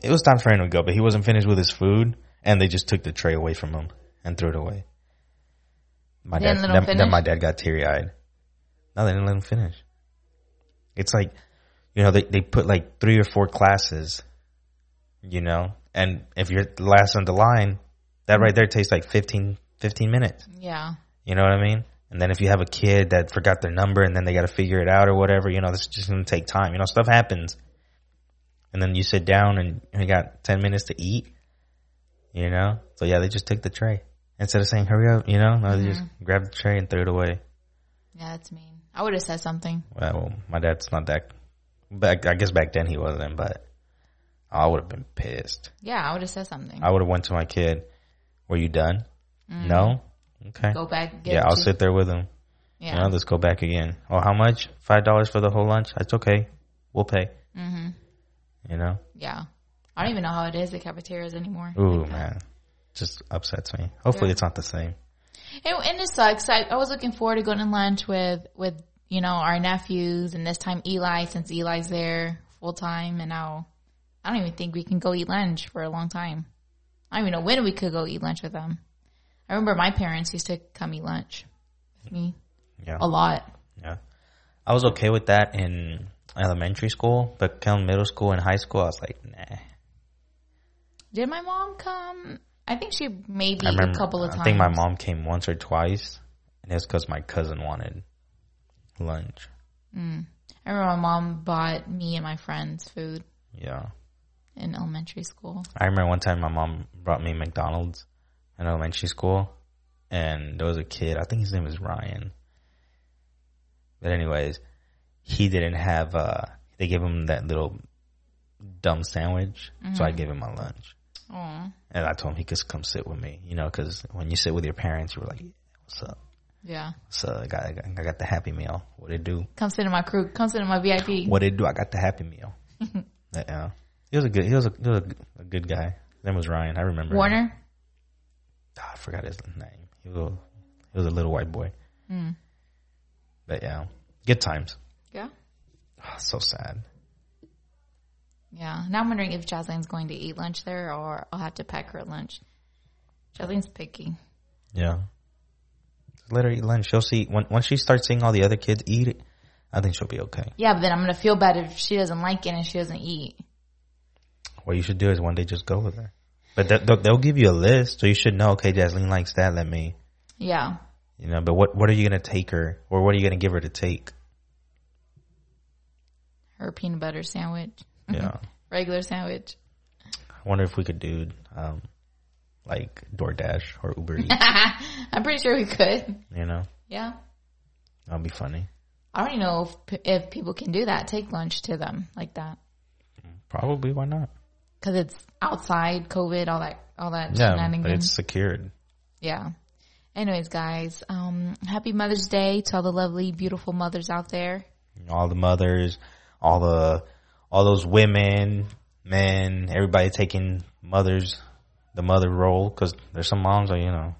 Speaker 2: It was time for him to go, but he wasn't finished with his food, and they just took the tray away from him and threw it away. My
Speaker 1: They didn't
Speaker 2: dad,
Speaker 1: let him
Speaker 2: then, then my
Speaker 1: finish?
Speaker 2: dad got teary eyed. No, they didn't let him finish. It's like, you know, they they put like three or four classes, you know, and if you're last on the line, that right there takes like 15, 15 minutes.
Speaker 1: Yeah,
Speaker 2: You know what I mean? And then if you have a kid that forgot their number and then they got to figure it out or whatever, you know, this is just going to take time. You know, stuff happens. And then you sit down and you got 10 minutes to eat, you know? So yeah, they just took the tray. Instead of saying, hurry up, you know, no, they just grabbed the tray and threw it away.
Speaker 1: yeah, that's mean. I would have said something.
Speaker 2: Well, my dad's not that, back, I guess back then he wasn't, but I would have been pissed.
Speaker 1: Yeah, I would have said something.
Speaker 2: I would have went to my kid, were you done? No? Okay.
Speaker 1: Go back. Get
Speaker 2: Yeah, I'll
Speaker 1: you-
Speaker 2: sit there with him.
Speaker 1: Yeah,
Speaker 2: You know, let's go back again. Oh, how much? Five dollars for the whole lunch? That's okay. We'll pay.
Speaker 1: Mm-hmm.
Speaker 2: You know.
Speaker 1: yeah. I don't even know how it is at cafeterias anymore.
Speaker 2: Ooh man, just upsets me. Hopefully, it's not the same.
Speaker 1: And, and it sucks. I, I was looking forward to going to lunch with, with, you know, our nephews and this time Eli, since Eli's there full time and now I don't even think we can go eat lunch for a long time. I don't even know when we could go eat lunch with them. I remember my parents used to come eat lunch with me
Speaker 2: Yeah,
Speaker 1: a lot.
Speaker 2: yeah. I was okay with that in elementary school, but come middle school and high school, I was like, nah.
Speaker 1: Did my mom come? I think she maybe
Speaker 2: I remember.
Speaker 1: a couple of
Speaker 2: I
Speaker 1: times.
Speaker 2: think my mom came once or twice, and it's because my cousin wanted lunch.
Speaker 1: I remember my mom bought me and my friends food
Speaker 2: Yeah.
Speaker 1: in elementary school.
Speaker 2: I remember one time my mom brought me McDonald's in elementary school, and there was a kid. I think his name was Ryan. But anyways, he didn't have. Uh, they gave him that little dumb sandwich, so I gave him my lunch,
Speaker 1: Oh,
Speaker 2: and I told him he could come sit with me. You know, because when you sit with your parents, you were like, "What's up?"
Speaker 1: yeah.
Speaker 2: So I got, I got- I got the Happy Meal. What it do?
Speaker 1: Come sit in my crew. Come sit in my VIP.
Speaker 2: What it do? I got the Happy Meal. yeah, he was a good. He was a, he was a, good- a good guy. His name was Ryan. I remember. him.
Speaker 1: Warner.
Speaker 2: Ah, I forgot his name. He was a, he was a little white boy. But yeah, good times.
Speaker 1: Yeah.
Speaker 2: Ah, so sad.
Speaker 1: Yeah. Now I'm wondering if Jazlyn's going to eat lunch there, or I'll have to pack her lunch. Jazlyn's picky.
Speaker 2: Yeah. Let her eat lunch. She'll see when once she starts seeing all the other kids eat it. I think she'll be okay.
Speaker 1: Yeah, but then I'm gonna feel bad if she doesn't like it and she doesn't eat.
Speaker 2: What you should do is one day just go with her. But they'll- they'll, they'll give you a list, so you should know. Okay, Jasmine likes that. Let me,
Speaker 1: Yeah.
Speaker 2: you know. But what what are you gonna take her, or what are you gonna give her to take?
Speaker 1: Her peanut butter sandwich,
Speaker 2: Yeah.
Speaker 1: regular sandwich.
Speaker 2: I wonder if we could do um, like DoorDash or Uber Eats.
Speaker 1: I'm pretty sure we could.
Speaker 2: you know,
Speaker 1: Yeah.
Speaker 2: that'd be funny.
Speaker 1: I don't even know if p- if people can do that. Take lunch to them like that
Speaker 2: Probably. Why not?
Speaker 1: because it's outside, COVID, all that, all that
Speaker 2: Yeah, but it's
Speaker 1: shenanigans.
Speaker 2: secured.
Speaker 1: Yeah. Anyways, guys, um, happy Mother's Day to all the lovely, beautiful mothers out there.
Speaker 2: All the mothers, all the all those women, men, everybody taking mothers the mother role because there's some moms that you know.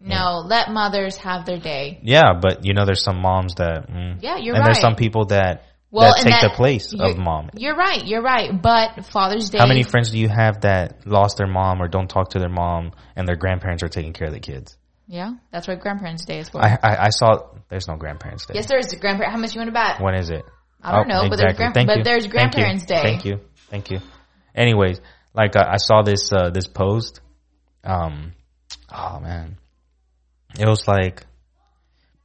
Speaker 1: No, let mothers have their day.
Speaker 2: Yeah, but you know there's some moms that. Mm,
Speaker 1: Yeah, you're
Speaker 2: and
Speaker 1: right.
Speaker 2: there's some people that
Speaker 1: Well,
Speaker 2: that
Speaker 1: and
Speaker 2: take
Speaker 1: that-
Speaker 2: the place of
Speaker 1: you're-
Speaker 2: mom.
Speaker 1: You're right. You're right. But Father's Day.
Speaker 2: How many friends do you have that lost their mom or don't talk to their mom and their grandparents are taking care of the kids?
Speaker 1: yeah, that's what Grandparents' Day is for.
Speaker 2: I I, I saw there's no grandparents day.
Speaker 1: yes, there is grandparent. How much you want to bet?
Speaker 2: When is it? Oh,
Speaker 1: I don't know, but there's gran-
Speaker 2: Thank
Speaker 1: but
Speaker 2: you.
Speaker 1: there's
Speaker 2: Thank you.
Speaker 1: grandparents' day.
Speaker 2: Thank you, thank you. Anyways, like uh, I saw this uh, this post. Um, oh man, it was like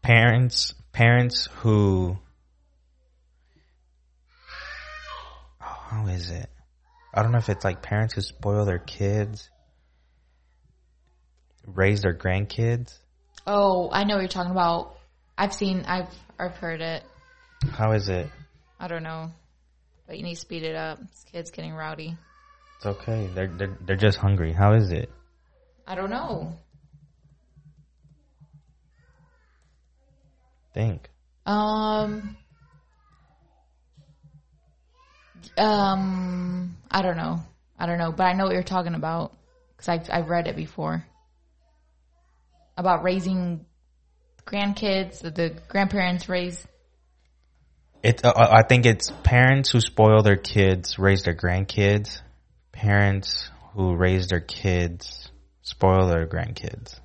Speaker 2: parents parents who. Oh, how is it? I don't know if it's like parents who spoil their kids, raise their grandkids.
Speaker 1: Oh, I know what you're talking about. I've seen. I've. I've heard it.
Speaker 2: How is it?
Speaker 1: I don't know. But you need to speed it up. This kid's getting rowdy.
Speaker 2: It's okay. They're they're, they're just hungry. How is it?
Speaker 1: I don't know.
Speaker 2: Think.
Speaker 1: Um. Um. I don't know. I don't know. But I know what you're talking about because I've I've read it before about raising grandkids that the grandparents raise.
Speaker 2: It, uh, I think it's parents who spoil their kids raise their grandkids. Parents who raise their kids spoil their grandkids.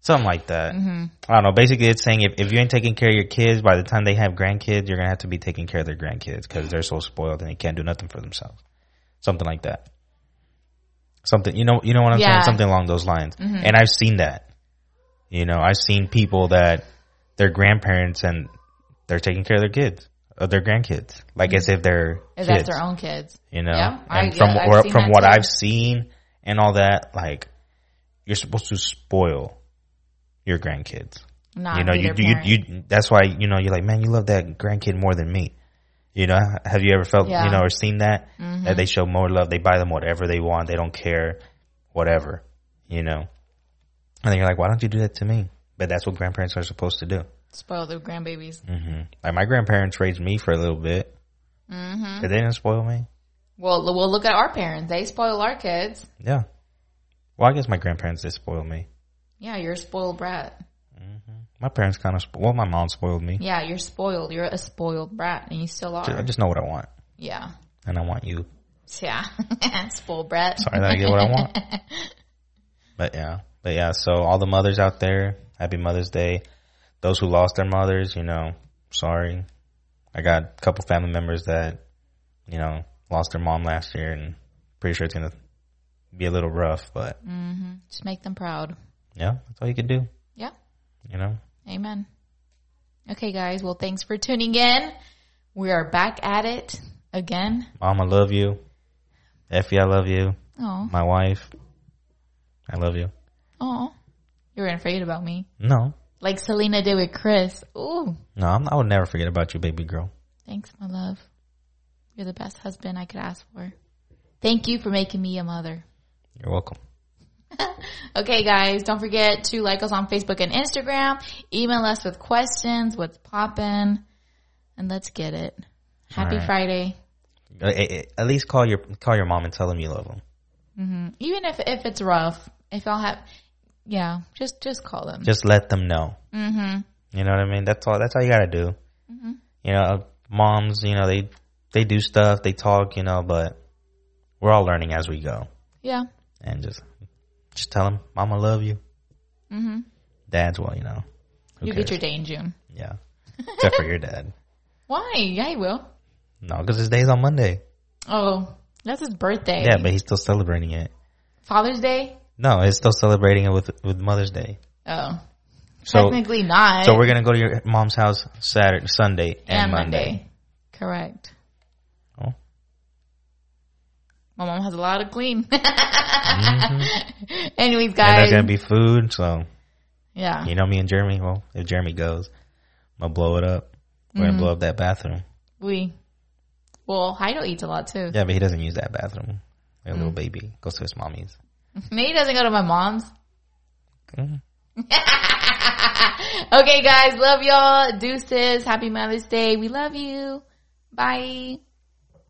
Speaker 2: Something like that. Mm-hmm. I don't know. Basically, it's saying if, if you ain't taking care of your kids, by the time they have grandkids, you're gonna have to be taking care of their grandkids because they're so spoiled and they can't do nothing for themselves. Something like that. Something you know you know what I'm
Speaker 1: Yeah.
Speaker 2: saying. Something along those lines. And I've seen that. You know, I've seen people that their grandparents and they're taking care of their kids, of their grandkids, like as if they're
Speaker 1: If that's
Speaker 2: kids,
Speaker 1: Mm-hmm. their own kids.
Speaker 2: you know.
Speaker 1: Yeah, I-
Speaker 2: and from
Speaker 1: yeah, I've
Speaker 2: or-
Speaker 1: seen
Speaker 2: from
Speaker 1: that
Speaker 2: what
Speaker 1: too.
Speaker 2: I've seen and all that, like you're supposed to spoil your grandkids.
Speaker 1: Not
Speaker 2: you know,
Speaker 1: Ah, be
Speaker 2: you,
Speaker 1: their
Speaker 2: you
Speaker 1: parent.
Speaker 2: you that's why you know you're like, man, you love that grandkid more than me. You know, have you ever felt
Speaker 1: Yeah. Mm-hmm.
Speaker 2: you know or seen that that they show more love? They buy them whatever they want. They don't care, whatever. You know, and then you're like, why don't you do that to me? But that's what grandparents are supposed to do.
Speaker 1: spoil their grandbabies.
Speaker 2: hmm Like my grandparents raised me for a little bit.
Speaker 1: Mm-hmm.
Speaker 2: But they didn't spoil me.
Speaker 1: Well, l- well, look at our parents. They spoil our kids.
Speaker 2: Yeah. Well, I guess my grandparents did spoil me.
Speaker 1: Yeah, you're a spoiled brat.
Speaker 2: My parents kind of spo- well, my mom spoiled me.
Speaker 1: Yeah, you're spoiled. You're a spoiled brat, and you still
Speaker 2: I
Speaker 1: are.
Speaker 2: just know what I want,
Speaker 1: Yeah,
Speaker 2: and I want you.
Speaker 1: yeah, spoiled brat.
Speaker 2: Sorry that I get what I want. But yeah, but yeah. So all the mothers out there, Happy Mother's Day. Those who lost their mothers, you know, sorry. I got a couple family members that, you know, lost their mom last year, and pretty sure it's gonna be a little rough. But
Speaker 1: Mm. Just make them proud.
Speaker 2: yeah, that's all you can do.
Speaker 1: Yeah,
Speaker 2: You know?
Speaker 1: Amen. Okay, guys. Well, thanks for tuning in. We are back at it again.
Speaker 2: Mom, I love you. Effie, I love you.
Speaker 1: Oh,
Speaker 2: My wife, I love you.
Speaker 1: oh, you were afraid about me,
Speaker 2: No,
Speaker 1: like Selena did with Chris. Ooh,
Speaker 2: no, I'm, I would never forget about you, baby girl.
Speaker 1: thanks, my love. You're the best husband I could ask for. Thank you for making me a mother.
Speaker 2: You're welcome.
Speaker 1: Okay, guys, don't forget to like us on Facebook and Instagram. Email us with questions, what's poppin', and let's get it. Happy
Speaker 2: All right.
Speaker 1: Friday.
Speaker 2: Uh, eh, eh, At least call your call your mom and tell them you love them.
Speaker 1: Even if if it's rough, if y'all have, yeah, just just call them.
Speaker 2: Just let them know.
Speaker 1: mm-hmm.
Speaker 2: You know what I mean? That's all. That's all you gotta do. You know, moms. You know they they do stuff. They talk. You know, but we're all learning as we go.
Speaker 1: Yeah.
Speaker 2: And just just tell them, Mama, love you.
Speaker 1: Mm-hmm.
Speaker 2: Dad's well, you know. Who
Speaker 1: You
Speaker 2: cares?
Speaker 1: get your day in June.
Speaker 2: yeah. Except for your dad.
Speaker 1: Why? Yeah, he will.
Speaker 2: No, because his day's on Monday.
Speaker 1: Oh, that's his birthday.
Speaker 2: Yeah, but he's still celebrating it.
Speaker 1: Father's Day.
Speaker 2: No, he's still celebrating it with with Mother's Day.
Speaker 1: Oh,
Speaker 2: So
Speaker 1: technically not.
Speaker 2: so we're gonna go to your mom's house Saturday, Sunday, and,
Speaker 1: and
Speaker 2: Monday.
Speaker 1: Monday. Correct.
Speaker 2: Oh.
Speaker 1: My mom has a lot of clean. Anyways,
Speaker 2: And
Speaker 1: guys.
Speaker 2: there's Mm-hmm. gonna be food. So
Speaker 1: yeah.
Speaker 2: you know me and Jeremy. Well, if Jeremy goes, I'm gonna blow it up. We're gonna blow up that bathroom.
Speaker 1: We. Well, Heido eats a lot too.
Speaker 2: Yeah, but he doesn't use that bathroom. Like a little baby goes to his mommy's.
Speaker 1: Maybe he doesn't go to my mom's.
Speaker 2: Mm.
Speaker 1: Okay, guys. Love y'all. Deuces. Happy Mother's Day. We love you. Bye.